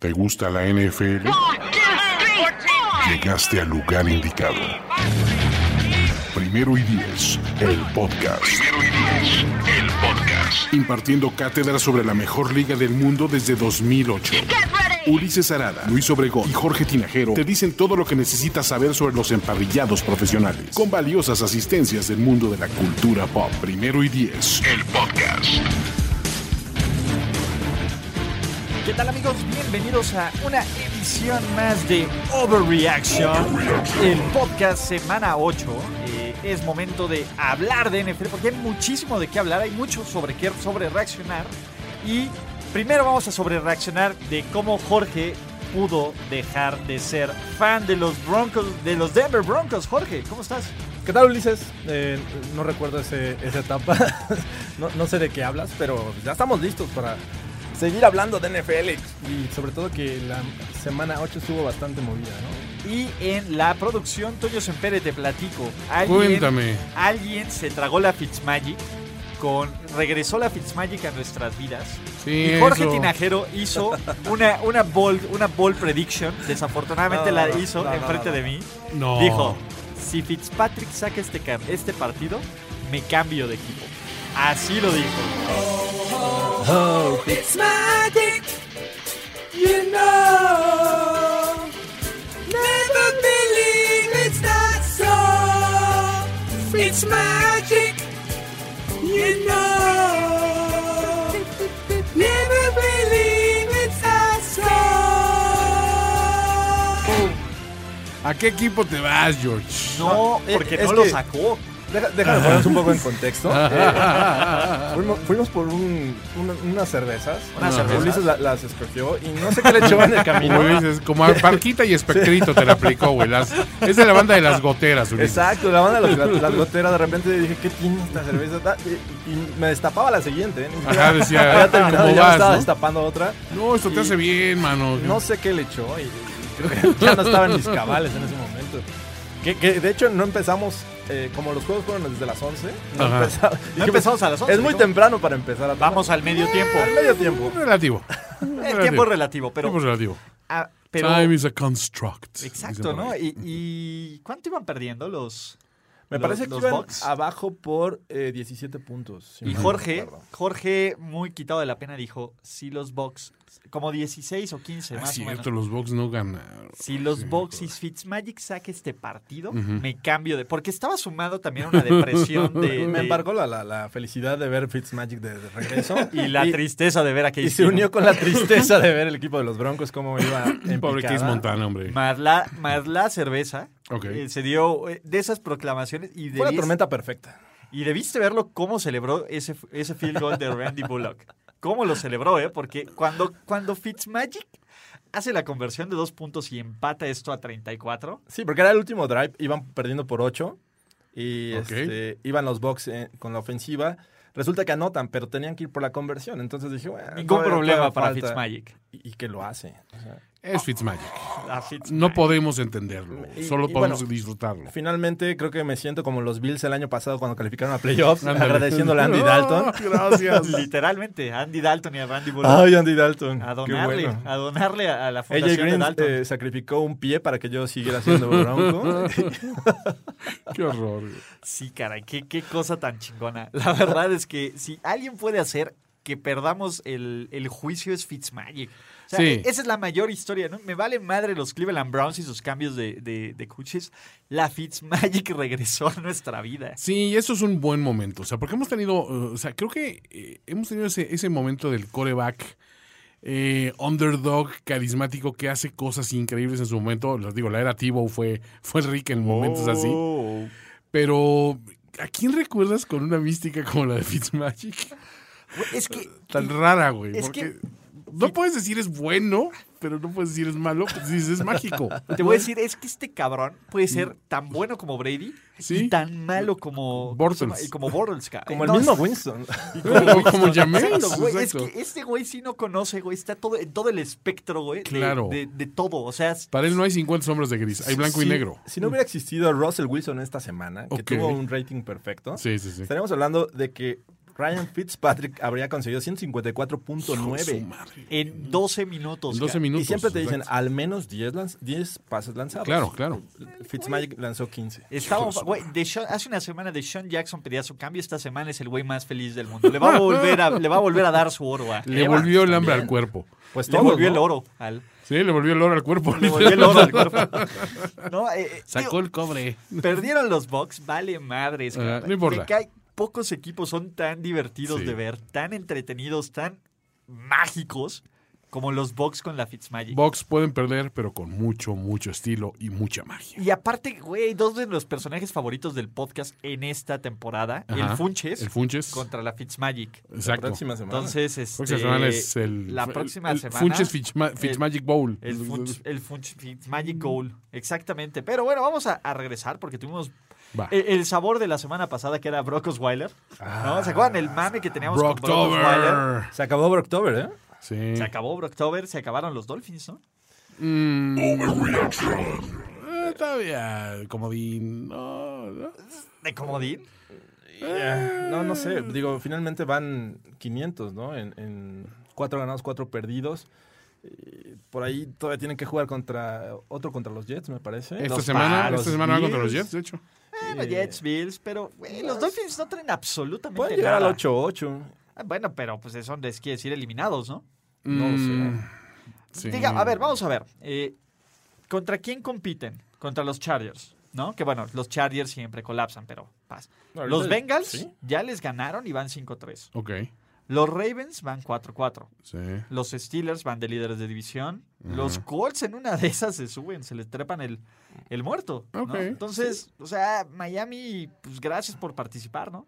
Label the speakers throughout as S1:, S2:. S1: ¿Te gusta la NFL? Llegaste al lugar indicado. Primero y diez, el podcast. Primero y diez, el podcast. Impartiendo cátedra sobre la mejor liga del mundo desde 2008. Ulises Arada, Luis Obregón y Jorge Tinajero te dicen todo lo que necesitas saber sobre los emparrillados profesionales, con valiosas asistencias del mundo de la cultura pop. Primero y diez, el podcast.
S2: ¿Qué tal amigos? Bienvenidos a una edición más de Overreaction, el podcast semana 8. Eh, es momento de hablar de NFL porque hay muchísimo de qué hablar, hay mucho sobre qué sobre reaccionar. Y primero vamos a sobre reaccionar de cómo Jorge pudo dejar de ser fan de los Broncos, de los Denver Broncos. Jorge, ¿cómo estás?
S3: ¿Qué tal, Ulises? Eh, no recuerdo ese- esa etapa. no, no sé de qué hablas, pero ya estamos listos para seguir hablando de NFL. Y sobre todo que la semana 8 estuvo bastante movida, ¿no?
S2: Y en la producción, Toño Sempere, te platico. Alguien-
S4: Cuéntame.
S2: alguien se tragó la Fitzmagic con regresó la Fitzmagic a nuestras vidas
S4: Sí,
S2: y Jorge
S4: eso.
S2: Tinajero hizo una una bold una bold prediction desafortunadamente
S3: No,
S2: la
S3: no,
S2: hizo
S3: no, no,
S2: enfrente
S3: no.
S2: de mí
S4: No.
S2: dijo si Fitzpatrick saca este cam- este partido me cambio de equipo así lo dijo
S4: Oh. ¿A qué equipo te vas, George?
S2: no
S3: eh,
S2: porque
S3: es
S2: no lo
S3: que-
S2: sacó
S3: Deja- déjame ponernos un poco en contexto. Eh, fuimos, fuimos por un- una- unas cervezas.
S2: Unas cervezas.
S3: Ulises la- las escogió y no sé qué le echó en el camino.
S4: Güey, es como a Parquita y Espectrito te la aplicó, güey. Las- es de la banda de las goteras, Ulises.
S3: Exacto, la banda de las, las goteras, de repente dije, ¿qué tiene esta cerveza? Ah, Y, y me destapaba la siguiente, ¿eh? Ni siquiera
S4: Ajá, decía,
S3: había terminado,
S4: ¿cómo
S3: ya me
S4: vas,
S3: estaba
S4: no?
S3: destapando otra.
S4: No, esto te hace bien, mano.
S3: No sé qué le echó y y ya no estaban mis cabales en ese momento. Que, que, de hecho no empezamos, eh, como los juegos fueron desde las 11, no,
S4: Ajá.
S3: empezaba-
S2: No empezamos a las 11,
S3: Es muy
S2: ¿no?
S3: temprano para empezar a tomar.
S2: vamos al medio tiempo
S3: al medio tiempo.
S4: Relativo.
S2: el tiempo es relativo
S4: Tiempo es
S2: pero
S4: relativo.
S2: ah, pero
S4: Time is a construct.
S2: exacto
S4: dicen por
S2: no
S4: ahí.
S2: y, y cuánto iban perdiendo los
S3: Me
S2: los-
S3: parece que
S2: los
S3: iban
S2: Bucks?
S3: abajo por eh, 17 puntos. si
S2: Y
S3: mal no
S2: Jorge,
S3: recuerdo.
S2: Jorge, muy quitado de la pena, dijo, si los Bucks, como 16 o 15
S4: Ah,
S2: más
S4: Es
S2: o menos,
S4: cierto, los Bucks no ganaron.
S2: si los Bucks y Fitzmagic saca este partido, me cambio de... Porque estaba sumado también a una depresión de...
S3: Eh, Me
S2: de-
S3: embargó la, la- la felicidad de ver Fitzmagic de, de regreso.
S2: Y la tristeza de ver a
S3: y
S2: Case
S3: se
S2: Keenum.
S3: unió con la tristeza de ver el equipo de los Broncos cómo iba en
S4: Pobre
S3: picada.
S4: Case Montana, hombre.
S2: Más la, más la cerveza.
S4: Ok.
S2: eh, se dio eh, de esas proclamaciones y,
S3: Fue la
S2: debiste,
S3: tormenta perfecta.
S2: y debiste verlo cómo celebró ese, ese field goal de Randy Bullock. Cómo lo celebró, ¿eh? Porque cuando, cuando Fitzmagic hace la conversión de dos puntos y empata esto a 34...
S3: Sí, porque era el último drive, iban perdiendo por 8 y
S4: Ok.
S3: este, iban los Bucks eh, con la ofensiva. Resulta que anotan, pero tenían que ir por la conversión. Entonces dije, bueno,
S2: Ningún
S3: todavía-
S2: problema
S3: todavía
S2: para
S3: falta.
S2: Fitzmagic.
S3: Y, y que lo hace. O sea,
S4: Es Fitzmagic.
S2: A Fitz-
S4: No podemos entenderlo.
S3: Y-
S4: Solo
S3: y
S4: podemos
S3: bueno,
S4: disfrutarlo.
S3: finalmente creo que me siento como los Bills el año pasado cuando calificaron a playoffs,
S4: Ándale.
S3: agradeciéndole a Andy Dalton.
S4: Ah, gracias.
S2: Literalmente, a Andy Dalton y a Randy Bullock.
S3: Ay, Andy Dalton.
S2: a
S3: Ah, qué
S2: donarle,
S3: bueno.
S2: a donarle a a la
S3: AJ
S2: fundación de
S3: Green
S2: Dalton.
S3: eh, sacrificó un pie para que yo siguiera siendo bronco.
S4: Qué horror. güey.
S2: Sí, caray, qué, qué cosa tan chingona. La verdad es que si alguien puede hacer que perdamos el, el juicio es Fitzmagic. O sea, e,
S4: Sí.
S2: esa es la mayor historia, ¿no? Me vale madre los Cleveland Browns y sus cambios de, de, de coaches. La Fitzmagic regresó a nuestra vida.
S4: Sí, y eso es un buen momento. O sea, porque hemos tenido, eh, o sea, creo que eh, hemos tenido ese, ese momento del coreback eh, underdog carismático que hace cosas increíbles en su momento. Les digo, la era Tivo fue, fue rica en
S2: Oh.
S4: momentos así. Pero, ¿a quién recuerdas con una mística como la de Fitzmagic?
S2: Es que
S4: Ah, Tan rara, güey.
S2: Es
S4: porque
S2: que-
S4: no puedes decir es bueno, pero no puedes decir es malo, pues dices es mágico.
S2: Te voy a decir, es que este cabrón puede ser tan bueno como Brady
S4: Sí.
S2: y tan malo como
S4: Bortles.
S2: Y como Bortles, cabrón.
S3: Como el
S2: No,
S3: mismo Winston.
S4: Como, como llamé.
S2: Exacto, güey. Es que este güey sí no conoce, güey. Está todo, en todo el espectro, güey. de-
S4: Claro.
S2: De, de todo. O sea, es-
S4: Para él no hay 50 sombras de gris, hay blanco y
S3: Si-
S4: negro.
S3: Si no hubiera existido Russell Wilson esta semana, que
S4: Ok.
S3: tuvo un rating perfecto,
S4: Sí, sí, sí.
S3: estaríamos hablando de que Ryan Fitzpatrick habría conseguido 154.9.
S2: En 12 minutos.
S4: En 12
S2: cara.
S4: minutos.
S3: Y siempre te dicen,
S4: exacto.
S3: al menos 10, lanz- 10 pases lanzados.
S4: Claro, claro.
S3: Fitzmagic lanzó 15.
S2: Estaba, güey, Deshaun- hace una semana de Sean Jackson pedía su cambio. Esta semana es el güey más feliz del mundo. Le va a volver a, le va a, volver a dar su oro. a-
S4: Le
S2: Eva.
S4: volvió el hambre al cuerpo.
S3: Pues
S2: Le
S3: todos,
S2: volvió
S3: ¿no?
S2: el oro. al-
S4: Sí, le volvió el oro al cuerpo.
S2: le volvió el oro al cuerpo. No, eh, eh,
S4: Sacó
S2: digo,
S4: el cobre.
S2: Perdieron los Bucks, vale madres.
S4: Ah,
S2: cabrón.
S4: no importa.
S2: Me cae- pocos equipos son tan divertidos
S4: Sí.
S2: de ver, tan entretenidos, tan mágicos como los Bucks con la Fitzmagic.
S4: Box pueden perder, pero con mucho, mucho estilo y mucha magia.
S2: y aparte, güey, dos de los personajes favoritos del podcast en esta temporada,
S4: Ajá.
S2: el Funches
S4: El Funches.
S2: contra la Fitzmagic.
S3: La
S4: Exacto.
S3: próxima semana.
S2: Entonces, este,
S4: próxima semana es el.
S2: la próxima
S4: el- el
S2: semana
S4: Funches Fitzma- Fitzmagic Bowl.
S2: el Funch, el Funch
S4: Mm.
S2: Fitzmagic Goal, exactamente. Pero bueno, vamos a, a regresar porque tuvimos
S4: Va.
S2: el, el sabor de la semana pasada que era Brock Osweiler. ¿no? ¿Se acuerdan el mame que teníamos con Brock Osweiler?
S4: Ah. Brocktober.
S3: Se acabó Brocktober, ¿eh?
S4: Sí.
S2: Se acabó Brocktober, se acabaron los Dolphins, ¿no?
S4: Mm. Eh, todavía, comodín. No, no.
S2: De comodín.
S3: Eh, No, no sé. Digo, finalmente van 500, ¿no? En, en cuatro ganados, cuatro perdidos. Eh, Por ahí todavía tienen que jugar contra otro contra los Jets, me parece.
S4: Esta
S2: Los
S4: semana,
S2: Pats,
S4: esta semana van contra los
S3: Bills.
S4: Jets, de hecho.
S2: Bueno, Eh, Jets, Bills, pero güey, los Dolphins no traen absolutamente
S3: Pueden llegar
S2: nada.
S3: al 8-8.
S2: Ah, Bueno, pero pues eso les quiere decir eliminados, ¿no?
S3: No lo sé.
S4: Mm, Sí.
S2: Diga, a ver, vamos a ver. eh, ¿Contra quién compiten? Contra los Chargers, ¿no? Que bueno, los Chargers siempre colapsan, pero paz.
S3: No,
S2: los
S3: ahorita-
S2: Bengals
S3: sí.
S2: ya les ganaron y van 5-3.
S4: Ok.
S2: Los Ravens van 4-4.
S4: Sí.
S2: Los Steelers van de líderes de división. Los Colts en una de esas se suben, se les trepan el, el muerto. ¿no?
S4: Ok.
S2: Entonces, o sea, Miami, pues gracias por participar, ¿no?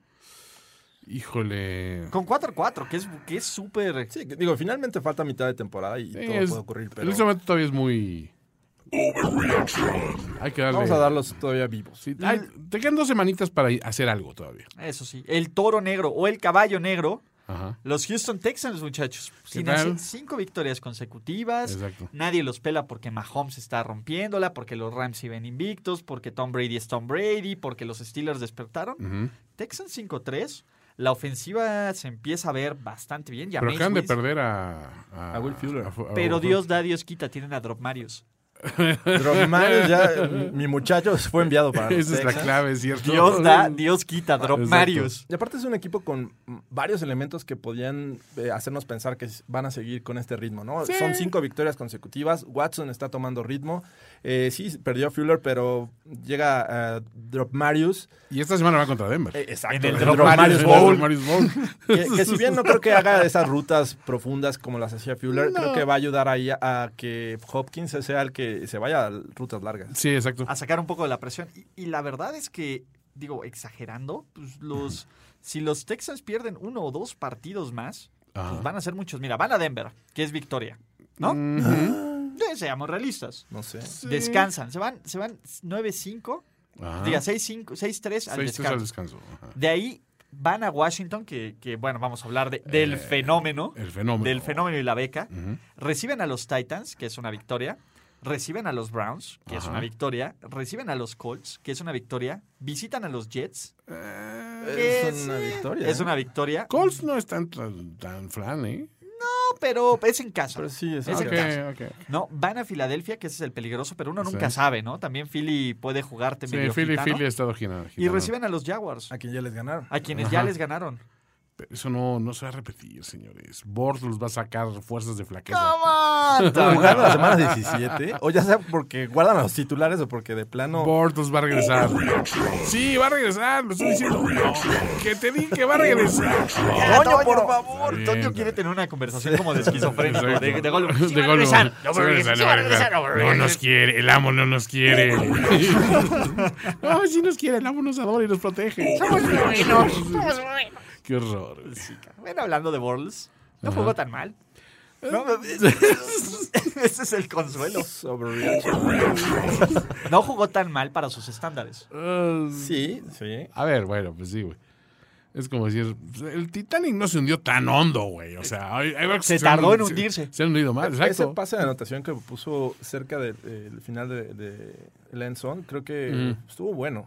S4: Híjole.
S2: Con 4-4, que es que es súper...
S3: Sí, que- digo, finalmente falta mitad de temporada y
S4: Sí,
S3: todo
S4: es-
S3: puede ocurrir,
S4: En
S3: pero
S4: este momento todavía es muy. Hay que darle.
S3: vamos a darlos todavía vivos.
S4: Sí, ay, te quedan dos semanitas para i- hacer algo todavía.
S2: Eso sí, el toro negro o el caballo negro
S4: Ajá.
S2: Los Houston Texans, muchachos. Sin
S4: tal?
S2: hacer cinco victorias consecutivas.
S4: Exacto.
S2: Nadie los pela porque Mahomes está rompiéndola, porque los Rams iban invictos, porque Tom Brady es Tom Brady, porque los Steelers despertaron.
S4: Ujú.
S2: Texans 5-3. La ofensiva se empieza a ver bastante bien. Ya
S4: Pero
S2: Jameis
S4: acaban de
S2: Winston-
S4: perder a. A,
S3: A Will Fuller.
S4: a Fu- a
S2: Pero
S4: Will
S2: Dios da, Dios quita. Tienen a Drop Marius.
S3: Romarius ya, mi muchacho, fue enviado para
S4: Fuller.
S3: los
S4: Esa es la
S3: Texans.
S4: clave, ¿cierto?
S2: Dios da, Dios quita. Drop
S4: Exacto.
S2: Marius.
S3: Y aparte es un equipo con mm, varios elementos que podían eh, hacernos pensar que s- van a seguir con este ritmo, ¿no?
S4: Sí.
S3: Son cinco victorias consecutivas, Watson está tomando ritmo, eh, sí, perdió a Fuller, pero llega eh, Drop Marius.
S4: Y esta semana va contra Denver.
S3: Eh, exacto,
S2: En el
S3: el
S2: Drop
S3: Drop,
S2: Marius
S3: Marius
S4: Bowl.
S3: Bowl.
S4: Marius Bowl.
S3: Que, que si bien no creo que haga esas rutas profundas como las hacía Fuller, creo que va a ayudar ahí a, a que Hopkins sea el que se vaya a rutas largas.
S4: Sí, exacto.
S2: a sacar un poco de la presión. Y, y la verdad es que, digo, exagerando, pues los, si los Texans pierden uno o dos partidos más,
S4: Ajá.
S2: pues van a ser muchos. Mira, van a Denver, que es victoria, ¿no?
S4: Ujú.
S2: Sí, Seamos realistas.
S3: No sé.
S2: Descansan, se van, se van 9-5,
S4: Ajá.
S2: diga 6-5, 6-3 al
S4: 6-3 al
S2: descanso.
S4: descanso. Ajá.
S2: De ahí van a Washington, que, que, bueno, vamos a hablar de- del fenómeno,
S4: El fenómeno.
S2: del fenómeno y la beca.
S4: Ujú.
S2: Reciben a los Titans, que es una victoria. Reciben a los Browns, que es
S4: Ajá.
S2: una victoria. Reciben a los Colts, que es una victoria. Visitan a los Jets. que
S3: Es una victoria.
S2: Es
S3: ¿eh?
S2: una victoria.
S4: Colts no es tan, tan, tan flan, ¿eh?
S2: No, pero es en casa.
S3: Pero sí, es,
S2: Es el
S3: ok.
S2: caso.
S4: Ok, ok.
S2: No, van a Filadelfia, que ese es el peligroso, pero uno
S4: Sí.
S2: nunca sabe, ¿no? También Philly puede jugarte
S4: Sí,
S2: medio
S4: Philly,
S2: gitano.
S4: Philly ha estado girando.
S2: Y reciben a los Jaguars,
S3: a quien ya les ganaron.
S2: a quienes ya les ganaron.
S4: Eso no, no se va a repetir, señores. Bortles va a sacar fuerzas de flaqueza.
S2: ¡Toma!
S3: ¿Jugaron la semana 17? O ya sea porque guardan a los titulares o porque de plano.
S4: Bortles pues, va a regresar. Sí, va a regresar, lo estoy diciendo. No, que te dije que va a regresar.
S2: Toño, por favor!
S4: Bien,
S2: Toño
S4: bien.
S2: quiere tener una conversación como de esquizofrénico, de,
S4: Exacto.
S2: de Gollum. Sí,
S4: De
S2: va a
S4: Gollum.
S2: regresar, no
S4: Sí
S2: va a
S4: va a
S2: regresar,
S4: regresar,
S2: sí
S4: no
S2: va
S4: va
S2: a
S4: a regresar.
S2: regresar, no va a
S4: No
S2: regresar.
S4: nos quiere, el amo no nos quiere. No, sí nos quiere, el amo nos adora y nos protege. Somos buenos, somos buenos. Qué horror.
S2: Bueno, hablando de Bortles, no jugó tan mal. No, Eh, pues, ese es el consuelo. No jugó tan mal para sus estándares.
S4: Ah,
S3: Sí, sí.
S4: A ver, bueno, pues sí, güey. Es como decir, pues, el Titanic no se hundió tan hondo, güey. O sea, hay- hay barcos
S2: Se
S4: que
S2: tardó
S4: han-
S2: en hundirse.
S4: Se, se han hundido más,
S3: E-, Ese
S4: Ah, exacto.
S3: pase de anotación que puso cerca del eh, el final de, de Lenson, creo que
S4: Ujú.
S3: estuvo bueno.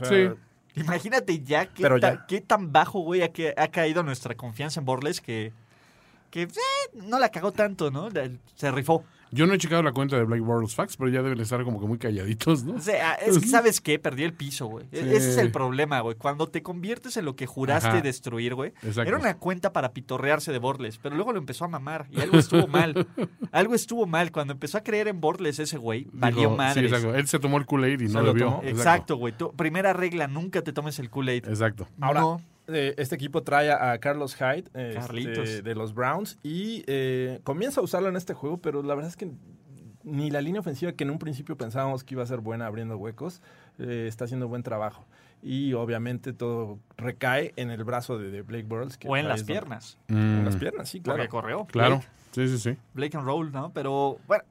S3: O sea,
S4: Sí.
S2: Imagínate ya qué,
S3: Pero
S2: ta-
S3: ya.
S2: qué tan bajo, güey, ha, que- ha caído nuestra confianza en Borles que, que eh, no la cagó tanto, ¿no? La- Se rifó.
S4: Yo no he checado la cuenta de Black Bortles Facts, pero ya deben estar como que muy calladitos, ¿no?
S2: O sea, es que, ¿sabes qué? Perdí el piso, güey. E- Ese es el problema, güey. Cuando te conviertes en lo que juraste
S4: Ajá.
S2: destruir, güey.
S4: Exacto.
S2: Era una cuenta para pitorrearse de Borles, pero luego lo empezó a mamar y algo estuvo mal. algo estuvo mal. Cuando empezó a creer en Borles ese güey, valió
S4: Digo,
S2: madres.
S4: Sí, exacto. Él se tomó el Kool-Aid y no
S3: lo
S4: lo vio.
S3: tomó.
S2: Exacto, güey. Tu- Primera regla, nunca te tomes el Kool-Aid.
S4: Exacto.
S3: Ahora,
S2: No.
S3: eh, este equipo trae a, a Carlos Hyde eh,
S2: Carlitos.
S3: este, de los Browns y eh, comienza a usarlo en este juego, pero la verdad es que ni la línea ofensiva que en un principio pensábamos que iba a ser buena abriendo huecos, eh, está haciendo buen trabajo. Y obviamente todo recae en el brazo de, de Blake Burles. que
S2: O en
S3: ahí
S2: las
S3: es donde-
S2: piernas.
S4: Mm,
S3: En las piernas, sí, claro.
S2: Porque corrió.
S4: Claro. Sí, sí, sí.
S2: Blake and Roll, ¿no? Pero bueno.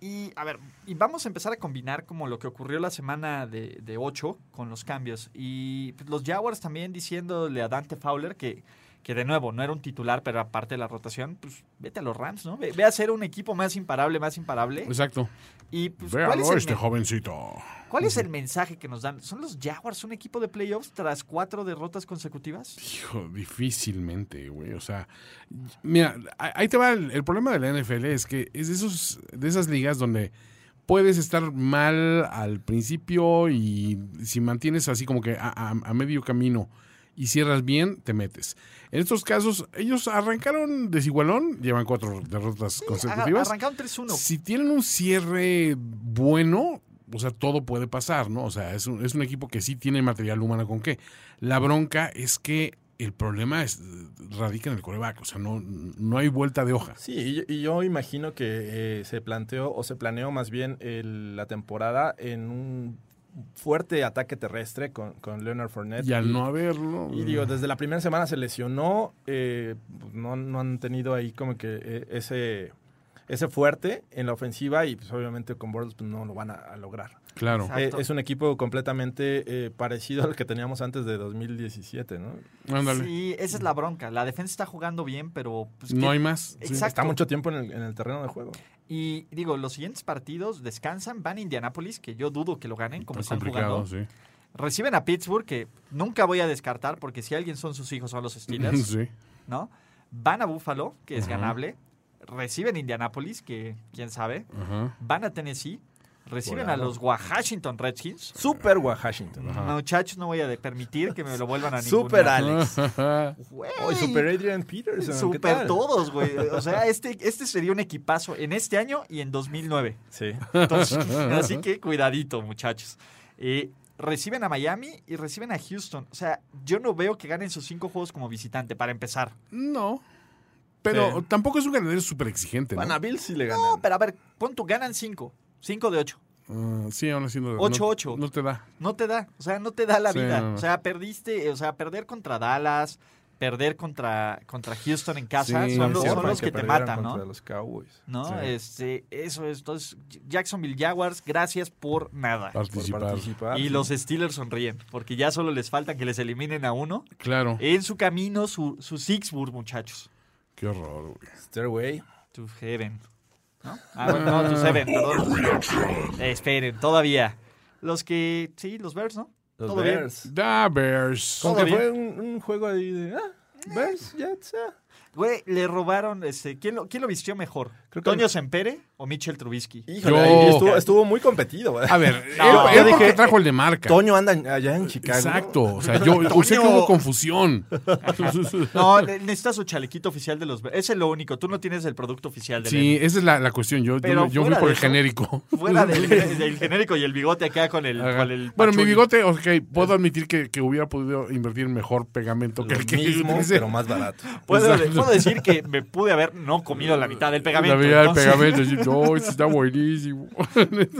S2: Y a ver, y vamos a empezar a combinar como lo que ocurrió la semana de, de 8 con los cambios. Y pues, los Jaguars también diciéndole a Dante Fowler que, que de nuevo no era un titular, pero aparte de la rotación, pues vete a los Rams, ¿no? Ve, ve a ser un equipo más imparable, más imparable.
S4: Exacto.
S2: Y pues, ¿cuál es,
S4: Véalo
S2: el
S4: este
S2: men-
S4: jovencito.
S2: cuál es el mensaje que nos dan? ¿Son los Jaguars un equipo de playoffs tras cuatro derrotas consecutivas?
S4: Hijo, difícilmente, güey. O sea, mira, ahí ahí te va. El, el problema de la NFL es que es de, esos, de esas ligas donde puedes estar mal al principio y si mantienes así como que a, a- a medio camino y cierras bien, te metes. En estos casos, ellos arrancaron desigualón, llevan cuatro derrotas consecutivas.
S2: Aga- Arrancaron 3-1.
S4: Si tienen un cierre bueno, o sea, todo puede pasar, ¿no? O sea, es un, es un equipo que sí tiene material humano con qué. La bronca es que el problema es, radica en el coreback, o sea, no, no hay vuelta de hoja.
S3: Sí, y yo- y, yo imagino que eh, se planteó o se planeó más bien el- la temporada en un fuerte ataque terrestre con, con Leonard Fournette.
S4: Y al no haberlo.
S3: Y digo, desde la primera semana se lesionó, eh, pues, no, no han tenido ahí como que eh, ese, ese fuerte en la ofensiva y pues obviamente con Bortles pues, no lo van a, a lograr.
S4: Claro.
S2: Exacto.
S3: Eh, es un equipo completamente eh, parecido al que teníamos antes de 2017, ¿no?
S4: Ándale.
S2: Sí, esa es la bronca. La defensa está jugando bien, pero pues,
S4: no
S2: ¿qué-
S4: hay más. Sí.
S2: Exacto.
S3: Está mucho tiempo en el, en el terreno de juego.
S2: Y digo, los siguientes partidos descansan, van a Indianápolis, que yo dudo que lo ganen, como
S4: Está
S2: están jugando.
S4: complicado, sí.
S2: Reciben a Pittsburgh, que nunca voy a descartar, porque si alguien son sus hijos, son los Steelers,
S4: Sí.
S2: ¿no? Van a Buffalo, que es
S4: Ajá.
S2: ganable. Reciben Indianápolis, que quién sabe.
S4: Ajá.
S2: Van a Tennessee. Reciben
S3: Volado.
S2: a los Washington Redskins.
S3: Super Washington.
S4: Ajá.
S2: Muchachos, no voy a de- permitir que me lo vuelvan a ningunear.
S3: Super Alex.
S2: Güey.
S3: Oh, y super Adrian Peterson. ¿qué
S2: Super
S3: tal?
S2: todos, güey. O sea, este, este sería un equipazo en este año y en 2009.
S3: Sí.
S2: Entonces, así que cuidadito, muchachos. Eh, reciben a Miami y reciben a Houston. O sea, yo no veo que ganen sus cinco juegos como visitante, para empezar.
S4: No. Pero
S3: Sí.
S4: tampoco es un ganadero súper exigente, ¿no?
S3: Van a Bills sí le
S2: No,
S3: ganan.
S2: pero a ver, pon tu ganan cinco. Cinco de ocho.
S4: Ah, sí, aún así no, no-
S2: 8-8.
S4: no te da.
S2: No te da. O sea, no te da la
S4: Sí,
S2: vida.
S4: no, no.
S2: O sea, perdiste. eh, O sea, perder contra Dallas, perder contra, contra Houston en casa,
S4: Sí,
S2: son, los,
S4: sí,
S2: son
S4: para
S2: los que, te
S3: perdieron
S2: matan,
S3: contra
S2: ¿no?
S3: los Cowboys.
S2: ¿No?
S4: Sí.
S2: Este, eso es. Entonces, Jacksonville Jaguars, gracias por nada.
S3: Por
S4: Participar.
S3: participar.
S2: Y los Steelers sonríen, porque ya solo les faltan que les eliminen a uno.
S4: Claro.
S3: Eh.
S2: En su camino, su, su Sixburg, muchachos.
S4: Qué horror, güey.
S3: Stairway.
S2: To Heaven. ¿No? Ah, bueno, no, to Seven, perdón. Esperen, todavía. Los que. Sí, los Bears, ¿no?
S3: Los
S2: Todo bien.
S3: Bears.
S4: Da Bears.
S3: Como
S2: Todo
S3: que
S2: bien.
S3: fue un, un juego ahí de. Ah, Bears, Jets. ah.
S2: Güey, le robaron. Este, ¿quién, lo, ¿Quién lo vistió mejor?
S3: Creo que-
S2: ¿Toño Sempere o Mitchell Trubisky?
S3: Híjole,
S4: Yo-
S3: ahí estuvo, estuvo muy competido. güey.
S4: A ver,
S2: No,
S4: él, él
S2: yo
S4: porque
S3: dije-
S4: trajo el de marca.
S3: Toño anda en- allá en Chicago.
S4: Exacto. O sea, yo usé que
S2: Toño.
S4: hubo confusión.
S2: No, ne- necesita su chalequito oficial de los Bears. Ese es lo único. Tú no tienes el producto oficial de
S4: Sí, esa es la, la cuestión. Yo, yo-
S2: Pero
S4: yo, fui
S2: fuera
S4: por
S2: de
S4: el
S2: eso,
S4: genérico.
S2: Fuera del, del genérico y el bigote acá con el.
S4: Ajá.
S2: con el
S4: bueno, mi
S2: pachuli.
S4: bigote, ok, puedo admitir que, que hubiera podido invertir mejor pegamento que
S3: Lo
S4: el que
S3: mismo,
S4: utilicé.
S3: pero más barato.
S2: Puedo,
S4: Exacto.
S2: puedo decir que me pude haber no comido la mitad del pegamento.
S4: La verdad, el
S2: entonces-
S4: pegamento. yo, no, esto está buenísimo.